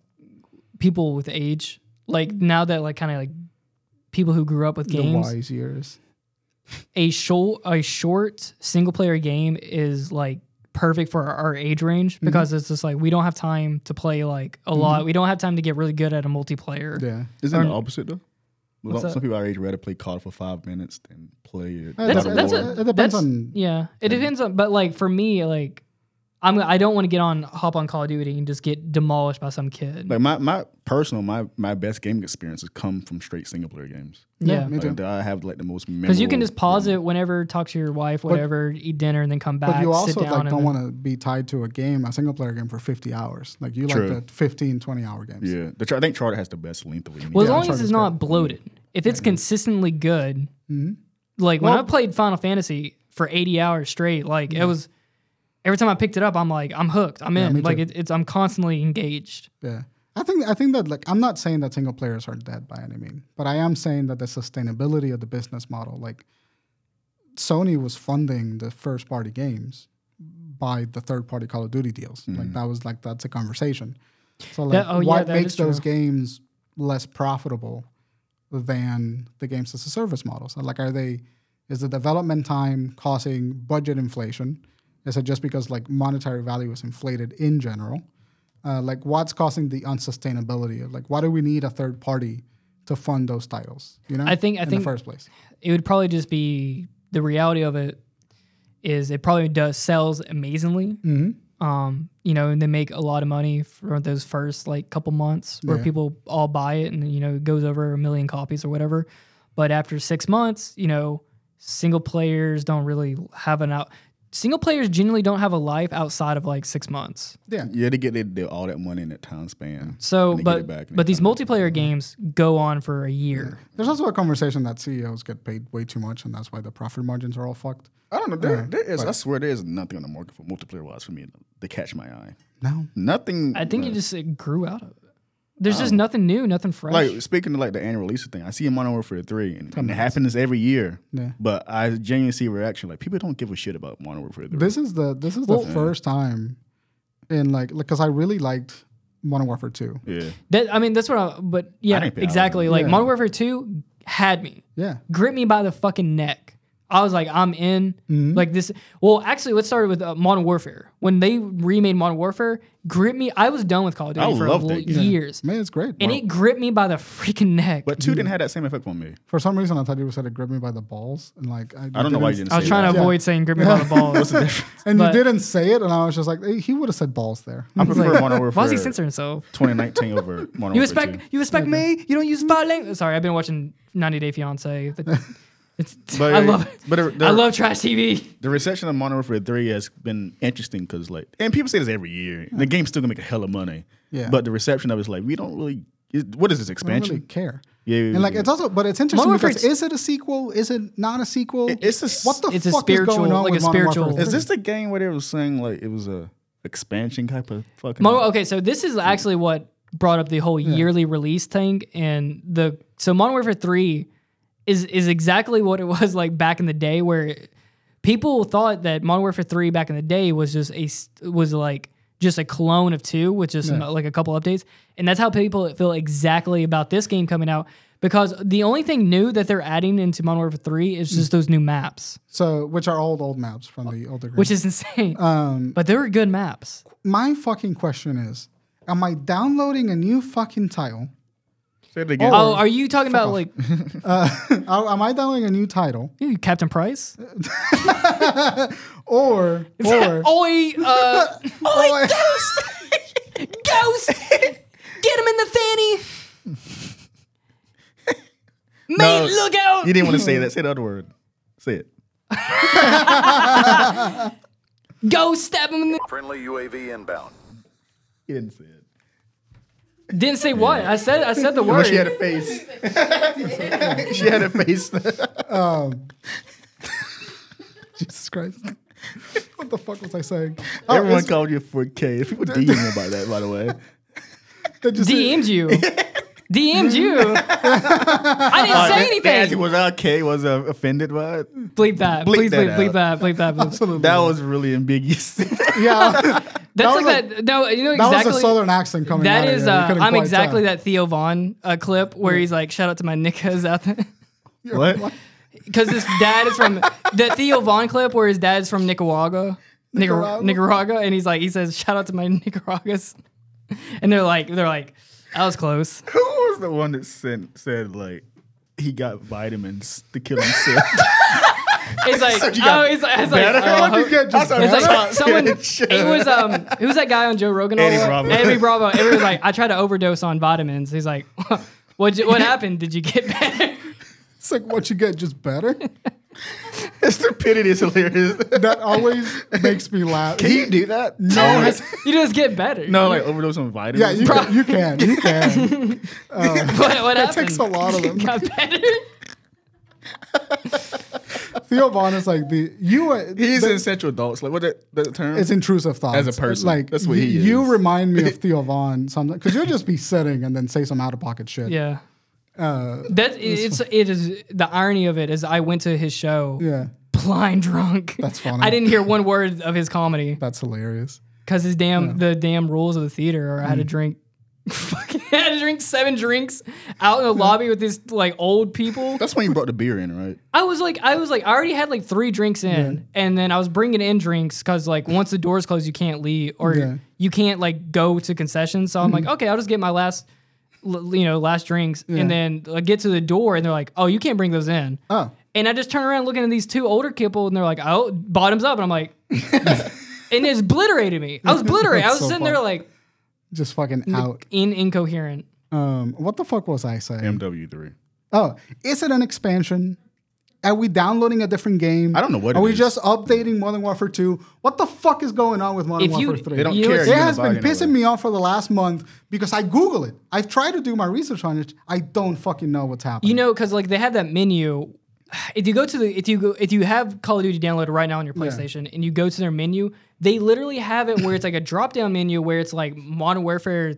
people with age. Like now that like kind of like people who grew up with games,
The wise years.
a short a short single player game is like perfect for our, our age
Mm-hmm.
range because it's just like we don't have time to play like a lot. We don't have time to get really good at a multiplayer.
Yeah.
Isn't it
Or-
the opposite though? Well,
What's
some
that?
people our age rather play COD for five minutes than play it.
That's-
That's,
Not a
that's
war.
a,
It
that's-
depends on-
yeah. It depends on but like for me like I'm I don't want to get on hop on Call of Duty and just get demolished by some kid.
like my, my personal my my best gaming experiences come from straight single player games.
yeah.
Me too.
Like, that I have like the most
Because you can just
memorable-
pause it whenever, talk to your wife, whatever, eat dinner, and then come back.
But you
sit
also
down
like
and
don't
then-
want to be tied to a game, a single player game for 50 hours. Like you
True.
like the 15, 20 hour games.
Yeah, the, char- I think Charter has the best length of it.
Well,
Yeah,
as long
Uncharted's
as it's
great.
not bloated. If it's consistently good, like when I
Mm-hmm. Well-
played Final Fantasy for 80 hours straight, like it was every time I picked it up, I'm like, I'm hooked. I'm in.
me
Like
too.
it, it's I'm constantly engaged.
Yeah. I think I think that like I'm not saying that single players are dead by any mean, but I am saying that the sustainability of the business model, like Sony was funding the first party games by the third party Call of Duty deals. Like that was like that's a conversation. So like
That- oh, yeah,
what
that
makes
is true.
those games less profitable than the games as a service models? And, like are they is the development time causing budget inflation? Is it just because like monetary value is inflated in general? uh, like what's causing the unsustainability of like why do we need a third party to fund those titles you know
I think- I
in
think-
the first place
It would probably just be the reality of it is it probably does sells amazingly.
Mm-hmm.
Um, you know, and they make a lot of money for those first like couple months where
Yeah.
people all buy it and you know it goes over a million copies or whatever. But after six months, you know, single players don't really have an out. Single players generally don't have a life outside of like six months.
yeah
Yeah, they get their, their, all that money in that time span.
So,
And they get
but
it back and
but
they
these
come
multiplayer games go on for a year.
there's also a conversation that ceos get paid way too much and that's why the profit margins are all fucked
I don't know. There, there is. I swear, there is nothing on the market for multiplayer wise for me to catch my eye.
no
Nothing.
I think
like,
it just it grew out of it. There's just nothing new, nothing fresh.
like speaking of like the annual release thing. I see a Modern Warfare three, and, and it happens every year.
Yeah.
But I genuinely see reaction. Like people don't give a shit about Modern Warfare three.
this is the this is the first time in like because i really liked modern warfare 2
yeah.
That I mean, that's what. I, but yeah,
didn't pay
exactly. Like
Yeah.
Modern Warfare Two had me,
yeah
gripped me by the fucking neck. I was like, I'm in.
Mm-hmm.
Like this. Well, actually, let's start with uh, Modern Warfare. When they remade Modern Warfare, gripped me. I was done with Call of Duty
I
for
loved
l-
it, yeah.
years,
man it's great
and it gripped me by the freaking neck.
But two didn't have that same effect on me.
for some reason i thought you said it grabbed me by the balls and like i,
I don't know why you didn't.
I was
say
trying
that.
to avoid saying grip me by the balls.
and
Uh, but-
you didn't say it and i was just like he would have said balls there
I prefer Modern Warfare.
Why is he censoring himself?
2019 over Modern
You
Warfare
respect you respect me. You don't use bad language. Sorry, I've been watching 90 Day Fiance. It's,
But,
I love it.
But the, the-
I love trash TV.
the reception of Modern Warfare 3 has been interesting because, like, and people say this every year. The game's still gonna make a hell of money.
Yeah.
But the reception of it's like, we don't really. It, what is this
I don't
expansion?
really care.
Yeah, yeah,
and like
yeah.
it's also, but it's interesting
Modern
because
Warfare-
is it a sequel? Is it not a sequel?
It- it's a s-
what the
It's a
fuck
spiritual-
is going on
like
with
a
Modern
spiritual-
Warfare
is this the game where they were saying, like, it was a expansion type of fucking.
Modern, okay, so this is actually what brought up the whole yearly release thing, and the so Modern Warfare Three is is exactly what it was like back in the day, where people thought that Modern Warfare Three back in the day was just a s- was like just a clone of two with just some, like a couple updates, and that's how people feel exactly about this game coming out. Because the only thing new that they're adding into Modern Warfare 3 is just those new maps,
So, which are old old maps from the older game.
which is insane. but they were good maps.
my fucking question is, am I downloading a new fucking title?
Say it again.
Oh, are you talking about like
Uh, am I downloading a new title,
ooh, Captain Price?
or or
Oi, uh, Oi, Ghost! ghost! Get him in the fanny! Mate,
No,
look out!
You didn't want to say that. Say the other word. Say it.
Ghost, stab him in the.
Friendly UAV inbound.
You didn't say it.
Didn't say what. I said I said the word.
But she had a face. she had a face.
Jesus Christ. What the fuck was I saying? Oh,
Everyone
it's-
called you 4K. People DM about that, by the way.
they just-
DM'd you. DM'd you. I didn't say
Nancy
anything.
was okay. Was uh, offended by it.
Bleep that.
Bleep
Please
that
bleep, bleep
out.
that. Bleep that. bleep.
Absolutely.
That was really ambiguous.
yeah.
That's
was
like that. No, you know
That
exactly.
was a southern accent coming
That
out
is,
of you. You
uh,
couldn't
I'm
quite
exactly
tell.
that Theo Vaughn uh, clip where he's like, shout out to my niggas out there.
what?
Because his dad is from the Theo Vaughn clip where his dad is from Nicaragua, Nicaragua,
Nicaragua?
Nicaragua, and he's like, he says, shout out to my Nicaraguas, and they're like, they're like, that was close.
Who was the one that sent said like he got vitamins to kill himself?
It's like,
you got
oh, it's like, it's like,
better?
uh,
Why'd you
ho-
get just
it's like
That's
someone.
not
It was um, who's that guy on Joe Rogan? all
Eddie
the-
Bravo.
Eddie Bravo. Everybody was like, I tried to overdose on vitamins. He's like, what? What happened? Did you get better?
It's like what you get just better.
Stupidity is hilarious.
that always makes me laugh.
Can you do that?
no, has-
You just get better.
No, like overdose on vitamins.
Oh, yeah, you can, you can, you can.
What, what
It
happened?
takes a lot of them.
Got better.
Theo Vaughn is like the you. Are,
He's
the-
in Central Adults. Like what that, that term?
it's intrusive thoughts
As a person,
Like
that's what
you,
he
you
is.
remind me of Theo Vaughn something because you'll just be sitting and then say some out of pocket shit.
Yeah.
Uh,
That it's it is the irony of it is I went to his show
yeah,
blind drunk.
That's funny.
I didn't hear one word of his comedy
that's hilarious.
because his damn the damn rules of the theater are I had
Mm.
to drink. Fucking I had to drink seven drinks out in the lobby with these like old people.
That's when you brought the beer in, right?
I was like, I was like, I already had like three drinks in, and then I was bringing in drinks because like once the doors close, you can't leave or
Yeah. Mm-hmm.
you can't like go to concessions. So I'm like, okay, I'll just get my last, l- you know, last drinks,
Yeah.
and then I get to the door, and they're like, oh, you can't bring those in.
Oh,
And I just turn around looking at these two older people, and they're like, "Oh, bottoms up," and I'm like, and it's obliterated me. I was obliterated. I was
That's so
sitting there
funny.
like
just fucking out.
in incoherent.
Um, what the fuck was I saying?
MW3.
Oh, is it an expansion? Are we downloading a different game?
I don't know what
Are
it
we
is.
just updating Modern Warfare 2? What the fuck is going on with Modern
If you-
Warfare 3?
They don't
You know
care.
what's-
It
You
has
can buy
been
it anyway.
pissing me off for the last month because I Google it. I've tried to do my research on it. I don't fucking know what's happening.
You know, because like they have that menu. If you go to the if you go if you have Call of Duty downloaded right now on your PlayStation and you go to their menu, they literally have it where it's like a drop down menu where it's like Modern Warfare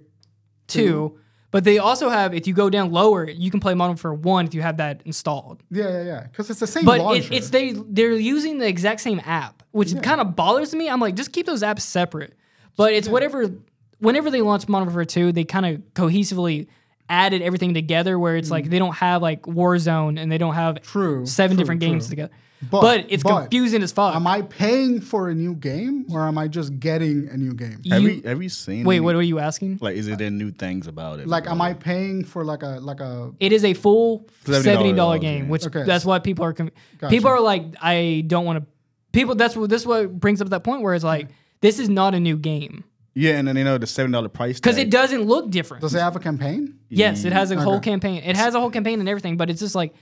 two. But they also have, if you go down lower, you can play Modern Warfare 1 if you have that installed.
yeah, yeah, yeah. Because it's the same
But it,
launcher.
it's they they're using the exact same app, which kind of bothers me. I'm like, just keep those apps separate. But it's whatever. Whenever they launched Modern Warfare 2, they kind of cohesively added everything together, where it's like they don't have like Warzone and they don't have
Mm. True,
seven
true,
different games
true.
together. But,
But-
it's
but-
confusing as fuck.
am I paying for a new game or am I just getting a new game?
You-
Have you, have you seen?
wait,
any-
what are you asking?
Like, is there new things about it?
Like, am I paying for like a like a?
It is a full
$70
seventy dollar
game.
game, which
Okay.
that's what people are. Conv- People are like, I don't want to. People, that's what this is what brings up that point where it's like, this is not a new game.
Yeah, and then you know the seven dollar price
because
tag.
it doesn't look different.
Does it have a campaign?
yes, it has a whole
Okay.
campaign. It has a whole campaign and everything, but it's just like,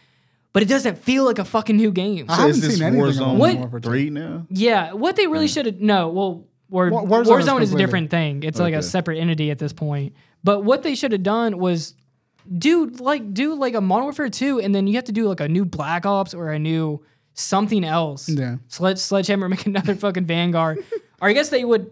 but it doesn't feel like a fucking new game.
I haven't
is this
seen anything about
Warzone
What?
Modern Warfare 2.
three now?
yeah, what they really should have no. Well, War,
Wa-
Warzone,
Warzone is
is, a
completely-
different thing. It's like a
Okay.
separate entity at this point. But what they should have done was do like do like a Modern Warfare two, and then you have to do like a new Black Ops or a new something else.
Yeah.
Sledge, Sledgehammer make another fucking Vanguard, or I guess they would.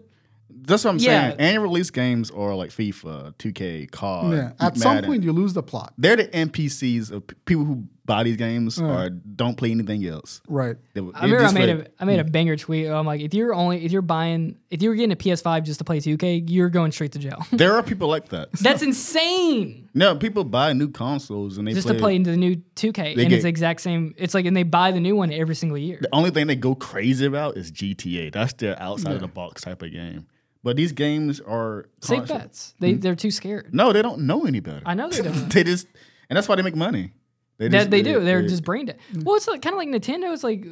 That's what I'm
Yeah.
saying. Annual release games are like FIFA, 2K, COD.
Yeah. At some
Madden.
point, you lose the plot.
they're the NPCs of p- people who buy these games or don't play anything else.
Right.
They-
I
they
remember I
just
made
like-
a I made a banger tweet. I'm like, if you're only if you're buying if you're getting a PS5 just to play 2K, you're going straight to jail.
There are people like that.
That's insane.
No, people buy new consoles and they
Just
play.
to play into the new 2K, and it's
get-
the exact same. It's like, and they buy the new one every single year.
The only thing they go crazy about is GTA. That's their outside of the box type of game. But these games are
Safe
constant-
bets. They
Mm-hmm.
they're too scared.
No, they don't know any better.
I know they don't.
they just, and that's why they make money.
That they do. They're just brain dead.
Mm-hmm.
Well, it's like, kind of like Nintendo. It's like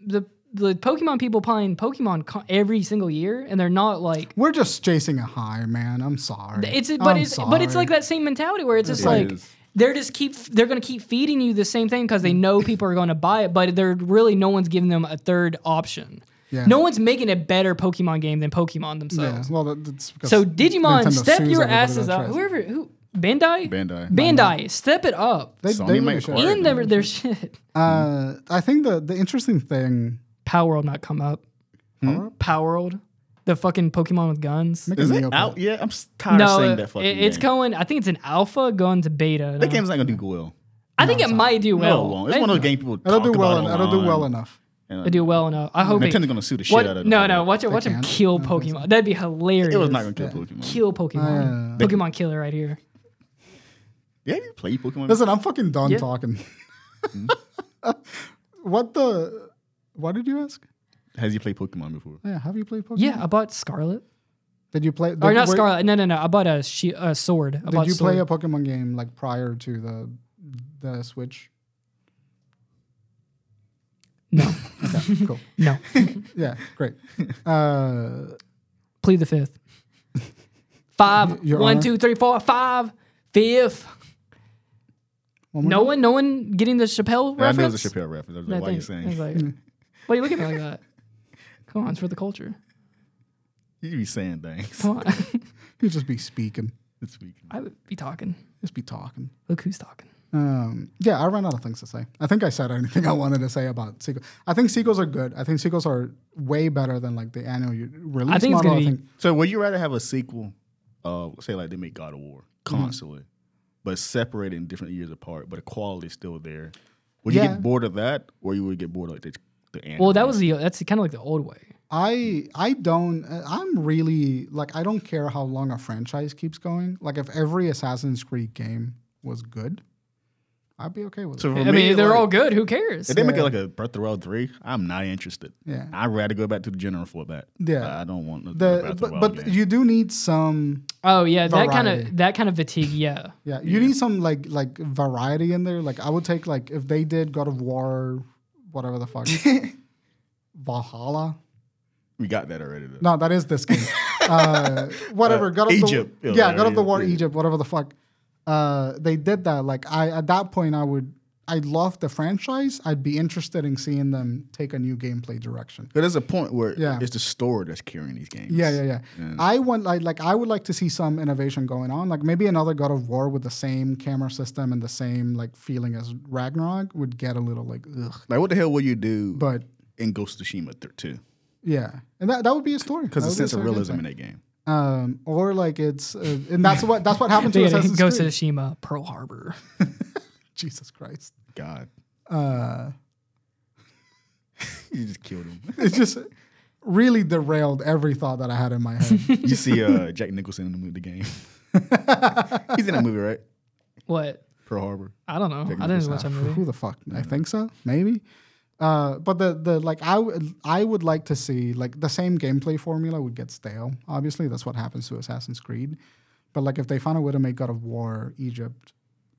the the Pokemon people playing Pokemon co- every single year, and they're not like.
We're just chasing a high, man. I'm sorry.
It's but
I'm
it's but it's
sorry.
like that same mentality where it's just
It
like
is.
they're just keep they're gonna keep feeding you the same thing because they know people are gonna buy it, but they're really no one's giving them a third option.
Yeah.
No one's making a better Pokemon game than Pokemon
Yeah,
themselves.
well, that, that's because
So Digimon,
Nintendo
step
sues
your
everybody
asses
that
up.
tries.
Whoever who Bandai
Bandai.
Bandai, step it up.
They,
Sony
they really
make
should.
Alright,
In their, their shit.
Uh, I think the the interesting thing.
Hmm?
Power World not come up. Power World. the fucking Pokemon with guns.
Make a
Is it
Neo Pokemon.
out yet? I'm s- tired of saying that fucking
it- it's
game.
going. I think it's an alpha going to beta.
That
now.
game's not gonna do well.
I think it might do
Well,
well.
it's
It-
one of those game people talk
I don't do well.
about
I don't do well
online,
enough.
and, uh,
They do well enough. I hope. it-
Nintendo's gonna sue the shit
what,
out of
no,
them.
no. Watch it. Watch him
can.
kill
I don't think so.
Pokemon. That'd be hilarious.
It was not gonna kill Pokemon.
kill Pokemon.
Uh,
Pokemon killer right here.
yeah, you play Pokemon.
Listen, I'm fucking done
Yeah. Hmm?
talking. what the? What did you ask?
Has you played Pokemon before?
Yeah, have you played Pokemon?
Yeah, I bought Scarlet.
Did you play? Did,
or not
were-
Scarlet. No, no, no. I bought a, she, a sword. I
Did
bought
you play a
sword.
Pokemon game like prior to the the Switch?
No,
Okay, cool.
no.
Yeah, great. Uh,
Plead the fifth. Five.
Your
one,
Honor?
two, three, four, five. Fifth.
one more
No
time?
one, no one getting the Chappelle
I
reference.
know it's a Chappelle reference. I was
I
like, why are you
think- I
saying?
was like, why are you looking at me like that? Come on, it's for the culture.
you be saying things
Come on.
You just be speaking.
this week.
I would be talking.
Just be talking.
Look who's talking.
Um, yeah, I ran out of things to say. I think I said anything I wanted to say about sequels. I think sequels are good. I think sequels are way better than like the annual u- release
I think it's
model.
gonna be-
I think
So would you rather have a sequel, uh, say like they make God of War
Mm-hmm.
constantly, but separated in different years apart, but the quality's still there? Would you
Yeah.
get bored of that, or you would get bored of like the, the anime?
Well, that was the that's kind of like the old way.
I I don't uh, I'm really like I don't care how long a franchise keeps going. Like if every Assassin's Creed game was good, I'd be okay with
So
it.
for
I mean,
me,
they're
like,
all good. Who cares?
If they make it like a Breath of the Wild three, I'm not interested.
Yeah.
I'd rather go back to the general for that.
Yeah.
I I don't want the, Breath
The
of the
but,
Wild
but
game.
you do need some
Oh yeah, that kind
Variety.
of that kind of fatigue. Yeah,
yeah, you need some like like variety in there. Like I would take like if they did God of War whatever the fuck Valhalla
we got that already. Though.
No, that is this game. uh, whatever.
Uh,
God of
Egypt.
The,
Yeah,
yeah, God of the
yeah,
War,
yeah.
Egypt, whatever the fuck. Uh, they did that. Like I, at that point, I would, I love the franchise. I'd be interested in seeing them take a new gameplay direction.
But there's a point where
Yeah.
it's the story that's carrying these games.
Yeah, yeah, yeah. I want like like I would like to see some innovation going on. Like maybe another God of War with the same camera system and the same like feeling as Ragnarok would get a little like ugh.
Like, what the hell will you do
But Oh,
in Ghost of Tsushima th- too?
yeah, and that, that would be a story
Because
That
the
would be a story
sense of realism
gameplay.
in that game.
Um, or like it's uh, and that's what that's what happened to
they gotta
Assassin's
go to
Creed.
Tsushima, Pearl Harbor.
Jesus Christ.
God,
Uh,
you just killed him.
it just really derailed every thought that I had in my head.
you see uh, Jack Nicholson in the movie, the game. He's in that movie, right?
what?
Pearl Harbor.
I don't know. I didn't watch that movie.
Who the fuck? I think so. Maybe. Uh, but the the like I would I would like to see like the same gameplay formula would get stale. Obviously, that's what happens to Assassin's Creed. But like if they found a way to make God of War Egypt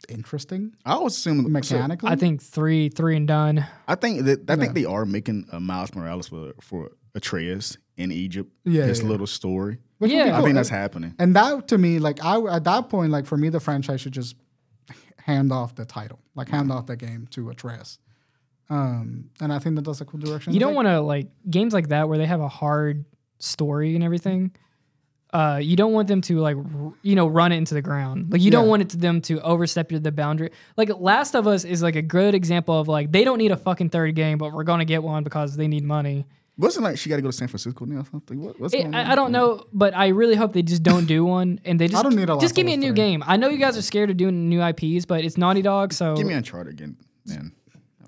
interesting
I would assume so,
mechanically,
I think three, three and done.
I think that I think they are making a Miles Morales for for Atreus in Egypt.
Yeah,
his
yeah, yeah.
little story.
which would be
Yeah.
I think
cool.
that's happening.
And that to me, like I at that point, like for me, the franchise should just hand off the title, like hand off the game to Atreus. Um, and I think that that's a cool direction.
You
to
don't
take.
want to like games like that where they have a hard story and everything. Uh, you don't want them to like r- you know run it into the ground. Like you don't
Yeah.
want it to them to overstep your, the boundary. Like Last of Us is like a good example of like they don't need a fucking third game, but we're gonna get one because they need money.
Wasn't like she got to go to San Francisco now or something? What, what's
It,
going on?
I, I don't know, but I really hope they just don't do one and they just
don't need a
just
Last
give
of
me a
Us
new
three.
game. I know you guys are scared of doing new IPs, but it's Naughty Dog, so
Give me Uncharted again, man.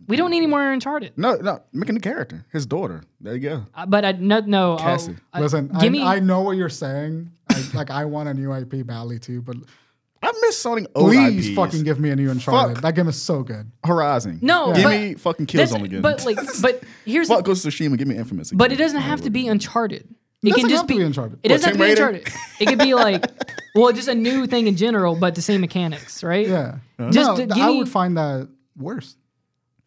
we don't need any more Uncharted.
No, no, make a new character. His daughter. There you go.
Uh, But I no no I'll-
Cassie.
I-
Listen, I,
uh, give me
I know what you're saying. I, like I want a new IP Valley too, but
I miss Sonic old
please
IPs.
fucking give me a new Uncharted.
Fuck.
That game is so good.
Horizon.
No,
give
but-
me fucking
that's-
Killzone again.
But like but here's
fuck Ghost of Tsushima. Give me Infamous. Again.
But it doesn't have to be Uncharted. It
doesn't
can just
have to
be,
be Uncharted.
It
What,
doesn't have to
Tomb
be
Raider?
Uncharted. It could be like, well, just a new thing in general, but the same mechanics, right?
Yeah,
Just
no,
to
th-
give
I
me-
would find that worse.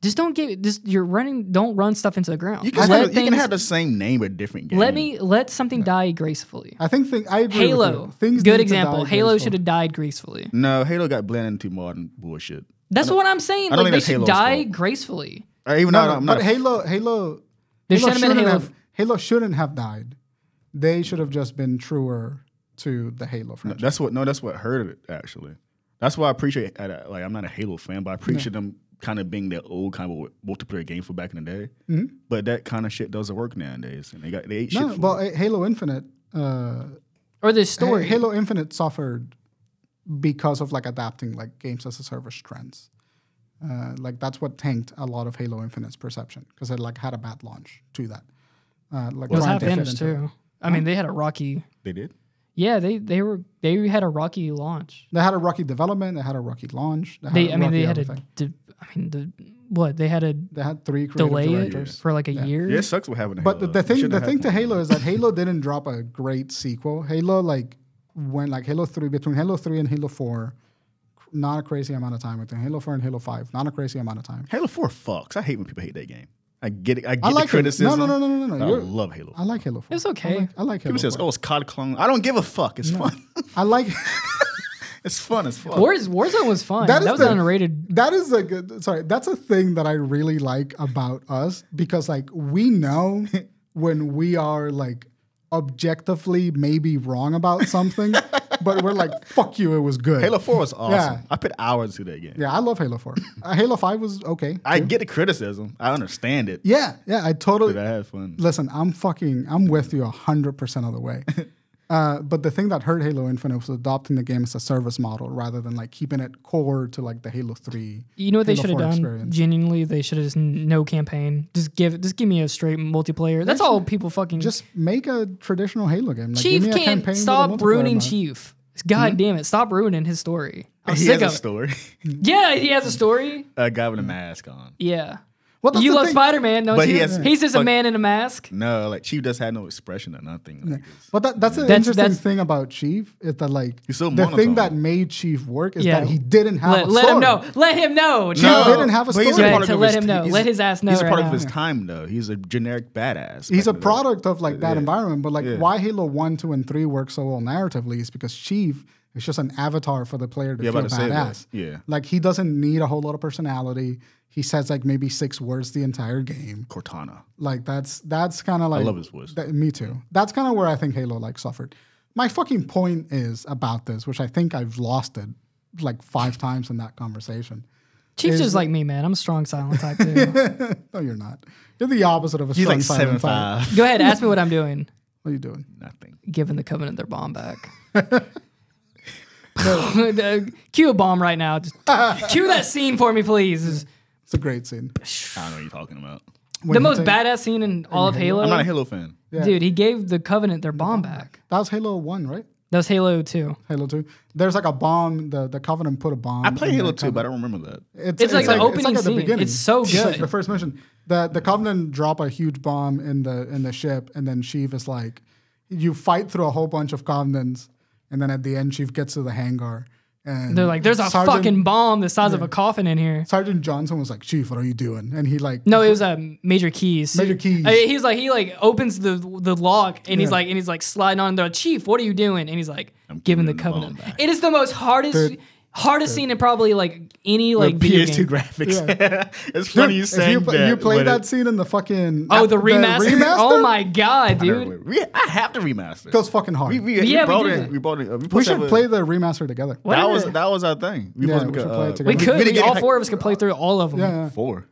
Just don't give. Just you're running. Don't run stuff into the ground.
You can,
let
have, you can
things-
have the same name but different game.
let me let something die gracefully.
I think thing, I agree With
Halo,
you. Things need
good
to
example.
die
Halo
graceful.
should have died gracefully.
No, Halo got blended into modern bullshit.
That's what I'm saying.
I don't
Like
think
they
that's
should
Halo's
die
fault.
gracefully.
Uh, even
No,
though
no,
I'm
but
not.
Halo, Halo,
They shouldn't
Halo
have
shouldn't
been Halo
have, Halo shouldn't have died. They should have just been truer to the Halo franchise.
that's what. No, that's what hurt it actually. That's why I appreciate. I- I- Like I'm not a Halo fan, but I appreciate them kind of being that old kind of multiplayer game for back in the day.
Mhm.
But that kind of shit doesn't work nowadays, and they got they ate
No,
shit. For
well,
it.
eh, Halo Infinite, uh,
or this
Ha-
story.
Halo Infinite suffered because of like adapting like games as a service trends. Uh, like that's what tanked a lot of Halo Infinite's perception because it like had a bad launch to that. Uh, like
It was
trying
half
to fit
finished
into-
too. I mean, they had a rocky.
they did.
Mm-hmm.
Yeah, they they were they had a rocky launch.
They had a rocky development. They had a rocky launch. They, had
They,
a
I mean,
rocky
they had a.
everything.
de- I mean, the what they had to
they had three creative
delay it
directors.
for like a year.
Yeah, it sucks with having. a
But the,
Halo.
the
They
thing,
shouldn't
the
have
thing
had
to
one.
Halo is that Halo didn't drop a great sequel. Halo like went like Halo three between Halo three and Halo four, cr- not a crazy amount of time. Between Halo four and Halo five, not a crazy amount of time.
Halo Four fucks. I hate when people hate that game. I get it. I get
I like
the
Halo- No,
criticism. Oh,
no, no, no, no, no.
I
You're-
love Halo.
I like Halo four.
It's okay.
I like, I like Halo.
People says,
four.
"Oh, it's COD clone." I don't give a fuck. It's fun.
I like
it's fun. It's fun.
Wars Warzone was fun.
That
That,
is
was
the-
an underrated.
that is a good sorry. That's a thing that I really like about us because like we know when we are like objectively maybe wrong about something, but we're like, fuck you, it was good.
Halo Four was awesome. I put hours into that game.
Yeah, I love Halo 4. Uh, Halo 5 was okay.
I get the criticism. I understand it.
Yeah, yeah, I totally.
But I had fun.
Listen, I'm fucking, I'm with you 100% of the way. Uh, but the thing that hurt Halo Infinite was adopting the game as a service model rather than like keeping it core to like the Halo 3.
You know what they
Halo
should have
4
done?
experience.
Genuinely, they should have just n- no campaign. Just give just give me a straight multiplayer. That's all people fucking.
Just make a traditional Halo game. Like, give
Chief
me a campaign
can't
with a
stop
multiplayer Hmm?
ruining
mode.
Chief. God damn it! Stop ruining his story. I'm
he
sick
has a
of it.
story.
Yeah, he has a story.
a guy with a mask on.
Yeah.
Well, that's
you
the
love
thing.
Spider Man, don't
But he
you?
has-
He's just a
but-
man in a mask.
No, like Chief does have no expression or nothing. Like, it's-
But that, that's an
That's-
interesting
that's-
thing about Chief is that like
He's so
the thing
monotone.
that made Chief work is
Yeah.
that he didn't have a
Let,
story.
let him know. Let him know. Chief.
No. didn't have a
but he's
story.
product
Yeah, to
of
let
his
him
ti-
know.
he's-
Let his ass know
He's a
right
product
now.
of his time, though. He's a generic
he's
badass.
a
back in the day.
product of like that
Yeah.
environment. But like
Yeah.
why Halo One, Two, and Three work so well narratively is because Chief is just an avatar for the player to
Yeah,
feel
about to say that.
badass.
Yeah.
like he doesn't need a whole lot of personality. He says like maybe six words the entire game.
Cortana.
Like that's that's kind of like
love his voice.
that- me too. That's kind of where I think Halo like suffered. My fucking point is about this, which I think I've lost it like five times in that conversation.
Chief's just like me, man. I'm a strong silent type too.
no, you're not. You're the opposite of a
He's
strong
like seven
silent type.
five.
Go ahead, ask me what I'm doing.
What are you doing?
Nothing.
Giving the Covenant their bomb back. uh, Cue a bomb right now. Just cue that scene for me, please. It's
It's a great scene.
I don't know what you're talking about.
When
the
you
most
think-
badass scene in all of Halo.
I'm not a Halo fan.
Yeah.
Dude, he gave the Covenant their bomb back.
That was Halo One, right?
That was Halo 2.
Halo Two. Thealo2. There's like a bomb. The the Covenant put a bomb.
I played Halo 2, but I don't remember that.
It's like the opening
at
scene. It's so
like
good.
the first mission. The the Covenant drop a huge bomb in the in the ship, and then Sheev is like, you fight through a whole bunch of Covenants, and then at the end, Sheev gets to the hangar, and
They're like, there's a
Sergeant-
fucking bomb the size of a coffin in here.
Sergeant Johnson was like, Chief, what are you doing? And he like,
No, it was a major keys.
Major Keys.
I mean, he's like he like opens the the lock and he's like and he's like sliding on the chief. What are you doing? And he's like
I'm
giving the
giving the
covenant.
bomb back.
It is the most hardest
Dude.
hardest scene in probably like any like video
PS2
game.
graphics. it's
Dude,
funny you
if
saying
you,
that.
you played
but
that
it-
scene in the fucking
Oh, the remaster!
remaster?
Oh my god,
I,
dude!
don't we, I have to remaster.
goes fucking hard.
we,
We,
we,
Yeah,
yeah,
we
we, brought
did.
in, we brought in. We,
should play the remaster together.
What?
That
Whatever.
was that was our thing. We
Yeah,
supposed
we
to go,
should play it together.
We could.
didn't
We,
get
all
it-
four of us could play through all of them.
Yeah, yeah.
Four.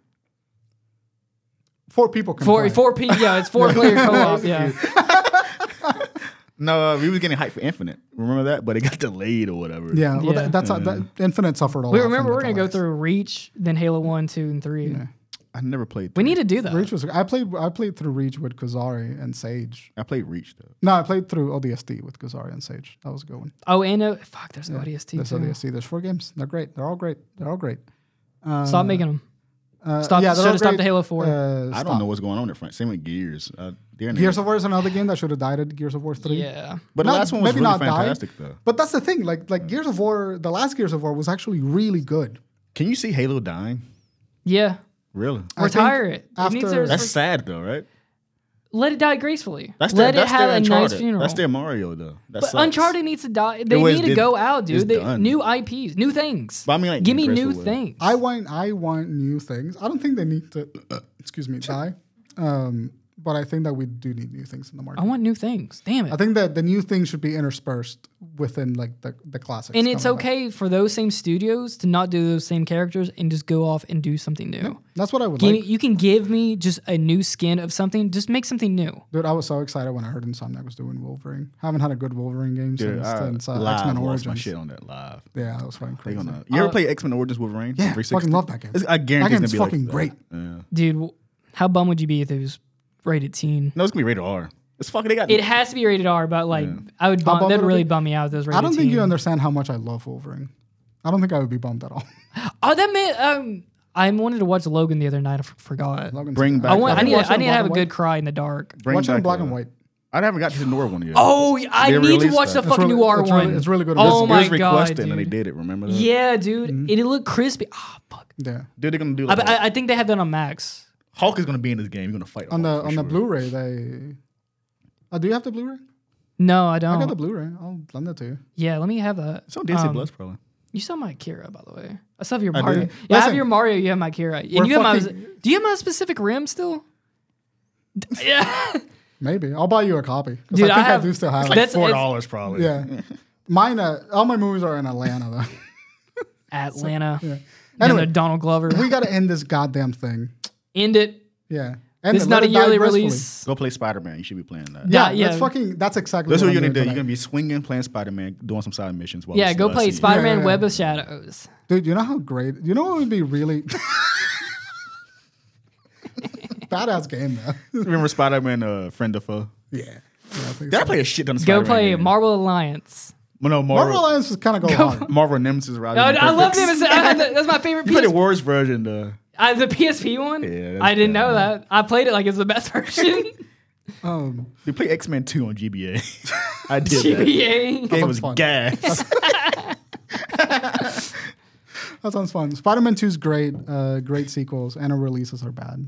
Four people can
Four,
play.
four P. Yeah, it's four player co-op. Yeah,
No, uh, we was getting hype for Infinite. Remember that? But it got delayed or whatever.
Yeah, well,
Yeah.
That, that's how, that, Infinite suffered a lot.
we remember
from
we're
the
gonna go
delays.
through Reach, then Halo One, Two, and Three.
I never played.
We
three.
need to do that.
Reach was I played I played through Reach with Kazari and Sage.
I played Reach though.
No, I played through ODST with Kazari and Sage. That was a good one.
Oh, and uh, fuck, there's no ODST.
There's
too.
ODST. There's four games. They're great. They're all great. They're all great.
Stop making them.
Uh,
Stop-
they're
should've
all
stopped
great.
at Halo 4.
Uh,
I don't know what's going on in front. Same with Gears. Uh, they're in there.
Gears of War is another game that should have died at Gears of War three.
Yeah.
but the
not-
last one was
maybe
really
not died.
fantastic though.
But that's the thing. Like like Gears of War, the last Gears of War was actually really good.
Can you see Halo dying?
Yeah.
Really?
I think
Retire it. It
after-
needs to-
That's sad though, right?
let it die gracefully.
That's
let
their,
it
that's
have
their
a
Uncharted.
nice funeral.
That's their Mario though.
but
That sucks.
Uncharted needs to die. They
always
need to
did.
go out, dude.
It's
They,
done.
new IPs, new things.
But I mean, like,
give me
Breath
new
of the Wild.
things.
I want I want new things. I don't think they need to excuse me die. Um, but I think that we do need new things in the market.
I want new things. Damn it.
I think that the new things should be interspersed within like the the classics.
and it's
coming back.
okay for those same studios to not do those same characters and just go off and do something new.
That's what I would
Give
like.
me- you can give me just a new skin of something. Just make something new.
Dude, I was so excited when I heard Insomniac was doing Wolverine. haven't had a good Wolverine game
Dude,
since,
I
since uh, X
live
Men
lost my
Origins.
shit on that live.
Yeah, that was fucking
They
crazy.
gonna. You ever
Uh,
play X Men Origins Wolverine?
Yeah,
360?
fucking love that game.
It's- I guarantee
That
it's
game's
gonna be
fucking
like
great.
That. Yeah.
Dude, w- how bummed would you be if it was rated teen?
No, it's gonna be rated R. It's fucking. They got.
It has to be rated R, but like I would bum,
How bummed
that'd
would it
really
be?
bum me out if it was rated
I don't think
teen.
you understand how much I love Wolverine. I don't think I would be bummed at all.
Oh, that meant um I wanted to watch Logan the other night. I f- forgot.
Logan's-
Bring back
I want I
Have you
need
watched it
I
in
need to
black
have a
and
good cry in the dark.
Bring
Watch it in
back
black
the-
and white.
I haven't got to the Noir one yet.
Oh, I
They
need to
released
watch
that.
the
It's
fucking
really-
Noir
it's
one.
really- it's really good.
Oh
It's-
my
it was
god,
requested
dude.
and they did it. Remember that?
Yeah, dude,
Mm-hmm.
it looked crispy. Ah, fuck.
Yeah.
Dude, they're gonna do.
I,
Like,
I, I think they have that on Max.
Hulk is gonna be in this game. You're gonna fight
On the
Hulk for
on
sure.
the Blu-ray, they. Oh, do you have the Blu-ray?
No, I
I
don't.
got the Blu-ray. I'll lend it to you.
yeah, let me have that.
It's on Disney
Um,
Plus probably.
You saw my Kira, by the way. I still have your
I
Mario.
did.
Yeah, I have
Listen.
your Mario. You have my Kira. And
We're
you have my.
fucking-
Do you have my specific rim still? D- yeah,
Maybe I'll buy you a copy. 'cause
Dude,
I
I
think I,
have-
do still have
it's
it.
like- That's-
Four dollars probably.
yeah. Mine. Uh, all my movies are in Atlanta though.
Atlanta. Another
Anyway.
Donald Glover.
we got to end this goddamn thing.
End it.
Yeah. And
This is not a yearly release.
Go play Spider Man. You should be playing that.
Yeah,
Yeah,
That's
yeah.
fucking. That's exactly.
That's what
I'm
you're gonna do.
doing
You're
tonight.
gonna be swinging, playing Spider Man, doing some side missions. While
Yeah,
we-
go
while I
play
see you.
Spider Man
Yeah, yeah,
Web of Shadows.
Dude, you know how great. You know what would be really. Badass game though.
Remember Spider Man, uh, friend of foe.
yeah. yeah I think
Did I
so.
play a shit ton of
Go
Spider-Man
play
games?
Marvel Alliance.
No, Marvel.
Marvel
Marvel,
Alliance was kind of going hard.
Nemesis Rise.
No,
of the
Oh, I love
Perfects.
him. I had the- That's my favorite
You played the
PS.
worst version though.
Uh, the PSP one.
Yeah, that's
I didn't
bad.
know that. I played it like it's the best version.
Um,
You play X Men Two on GBA. I did.
GBA.
that. Game
sounds
was
fun.
gas.
that sounds fun. Spider Man 2's great. Uh, great sequels and our releases are bad.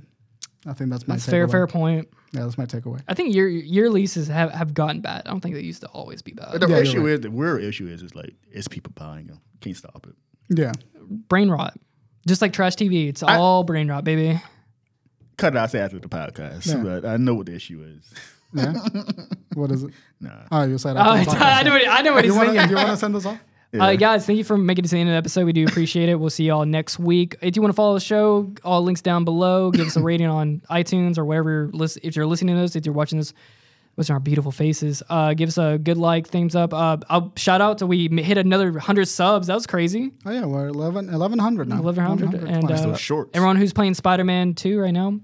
I think that's my
That's
takeaway.
fair. Fair point.
Yeah, that's my takeaway.
I think year year leases have, have gotten bad. I don't think they used to always be bad.
the
Yeah, you're
issue
right.
is the real issue is is like it's people buying them. Can't stop it.
Yeah.
Brain rot. Just like trash TV, it's all brain rot, baby.
Cut it out say after the podcast.
Yeah.
But I know what the issue is.
Yeah. what is it?
Nah.
Oh, you said.
Oh,
I
it's- I know what, I know what
you
he's
want
saying.
to send us off?
Uh, guys, thank you for making it to the end of the episode. We do appreciate it. We'll see y'all next week. If you want to follow the show, all links down below. Give us a rating on iTunes or wherever you're listen. If you're listening to this, if you're watching this, what's our beautiful faces? Uh, give us a good like, thumbs up. Uh, I'll shout out to we m- hit another hundred subs. That was crazy.
Oh yeah, we're 11, 1100 now.
1100 and
Wow.
uh,
Those shorts.
everyone who's playing Spider Man Two right now.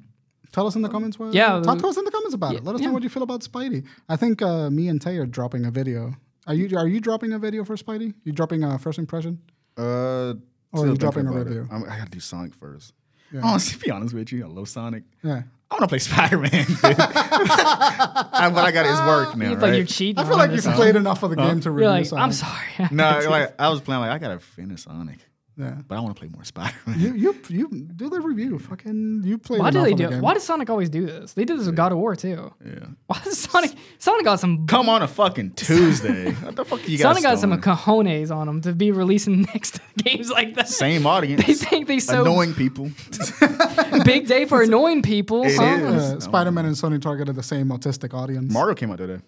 Tell us in the comments. What,
Yeah,
talk to us in the comments about it. Let us
yeah.
know what you feel about Spidey. I think uh, me and Tay are dropping a video. Are you are you dropping a video for Spidey? You dropping a first impression?
Uh,
Or
Oh,
still
you
thinking
dropping a
about it.
review.
I'm, I gotta do Sonic first. Honestly, to be honest with you, I love Sonic.
Yeah.
I wanna play Spider Man. What I got is work now.
It's
right?
like you're cheating.
I feel
on
like
us.
you've played enough of the game to review
You're like,
Sonic.
I'm sorry.
no, like I was playing like I gotta finish Sonic,
Yeah.
but I wanna play more Spider Man.
You, you you do the review. Fucking you played
Why do
enough
they
of the
do?
game.
Why does Sonic always do this? They did this with God of War too.
Yeah.
Why does Sonic? Sonic got some.
Come on a fucking Tuesday. what the fuck you got?
Sonic got some
stolen?
cojones on him to be releasing next games like that.
same audience.
They think they so
annoying people.
big day for annoying people.
It
huh?
is.
uh, Spider-Man and Sony targeted the same autistic audience.
Mario came out today.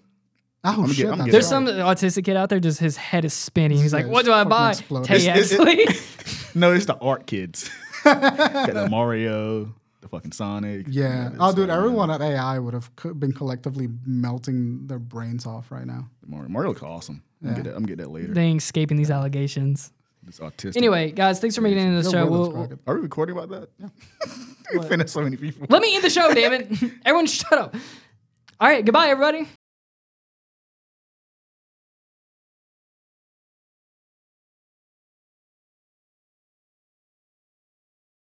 oh
get-
shit! that's
I'm getting-
There's
right.
some autistic kid out there just his head is spinning. He's like,
Yeah,
"What do
it's
I buy?"
fucking exploding.
Tay
It's- it's-
Exley.
No, it's the art kids. got the Mario, the fucking Sonic.
Yeah. Oh,
the
dude,
Spider-Man,
everyone at AI would have co- been collectively melting their brains off right now.
Mario, Mario look awesome. I'm gonna get that, I'm gonna get that later.
they ain't escaping these allegations.
It's autistic.
Anyway, guys, thanks for making it into the
Your
show.
will is
We'll-
crooked.
Are we recording about that? Yeah. we finished so many people.
let me end the show, damn it! Everyone, shut up. All right, goodbye, everybody.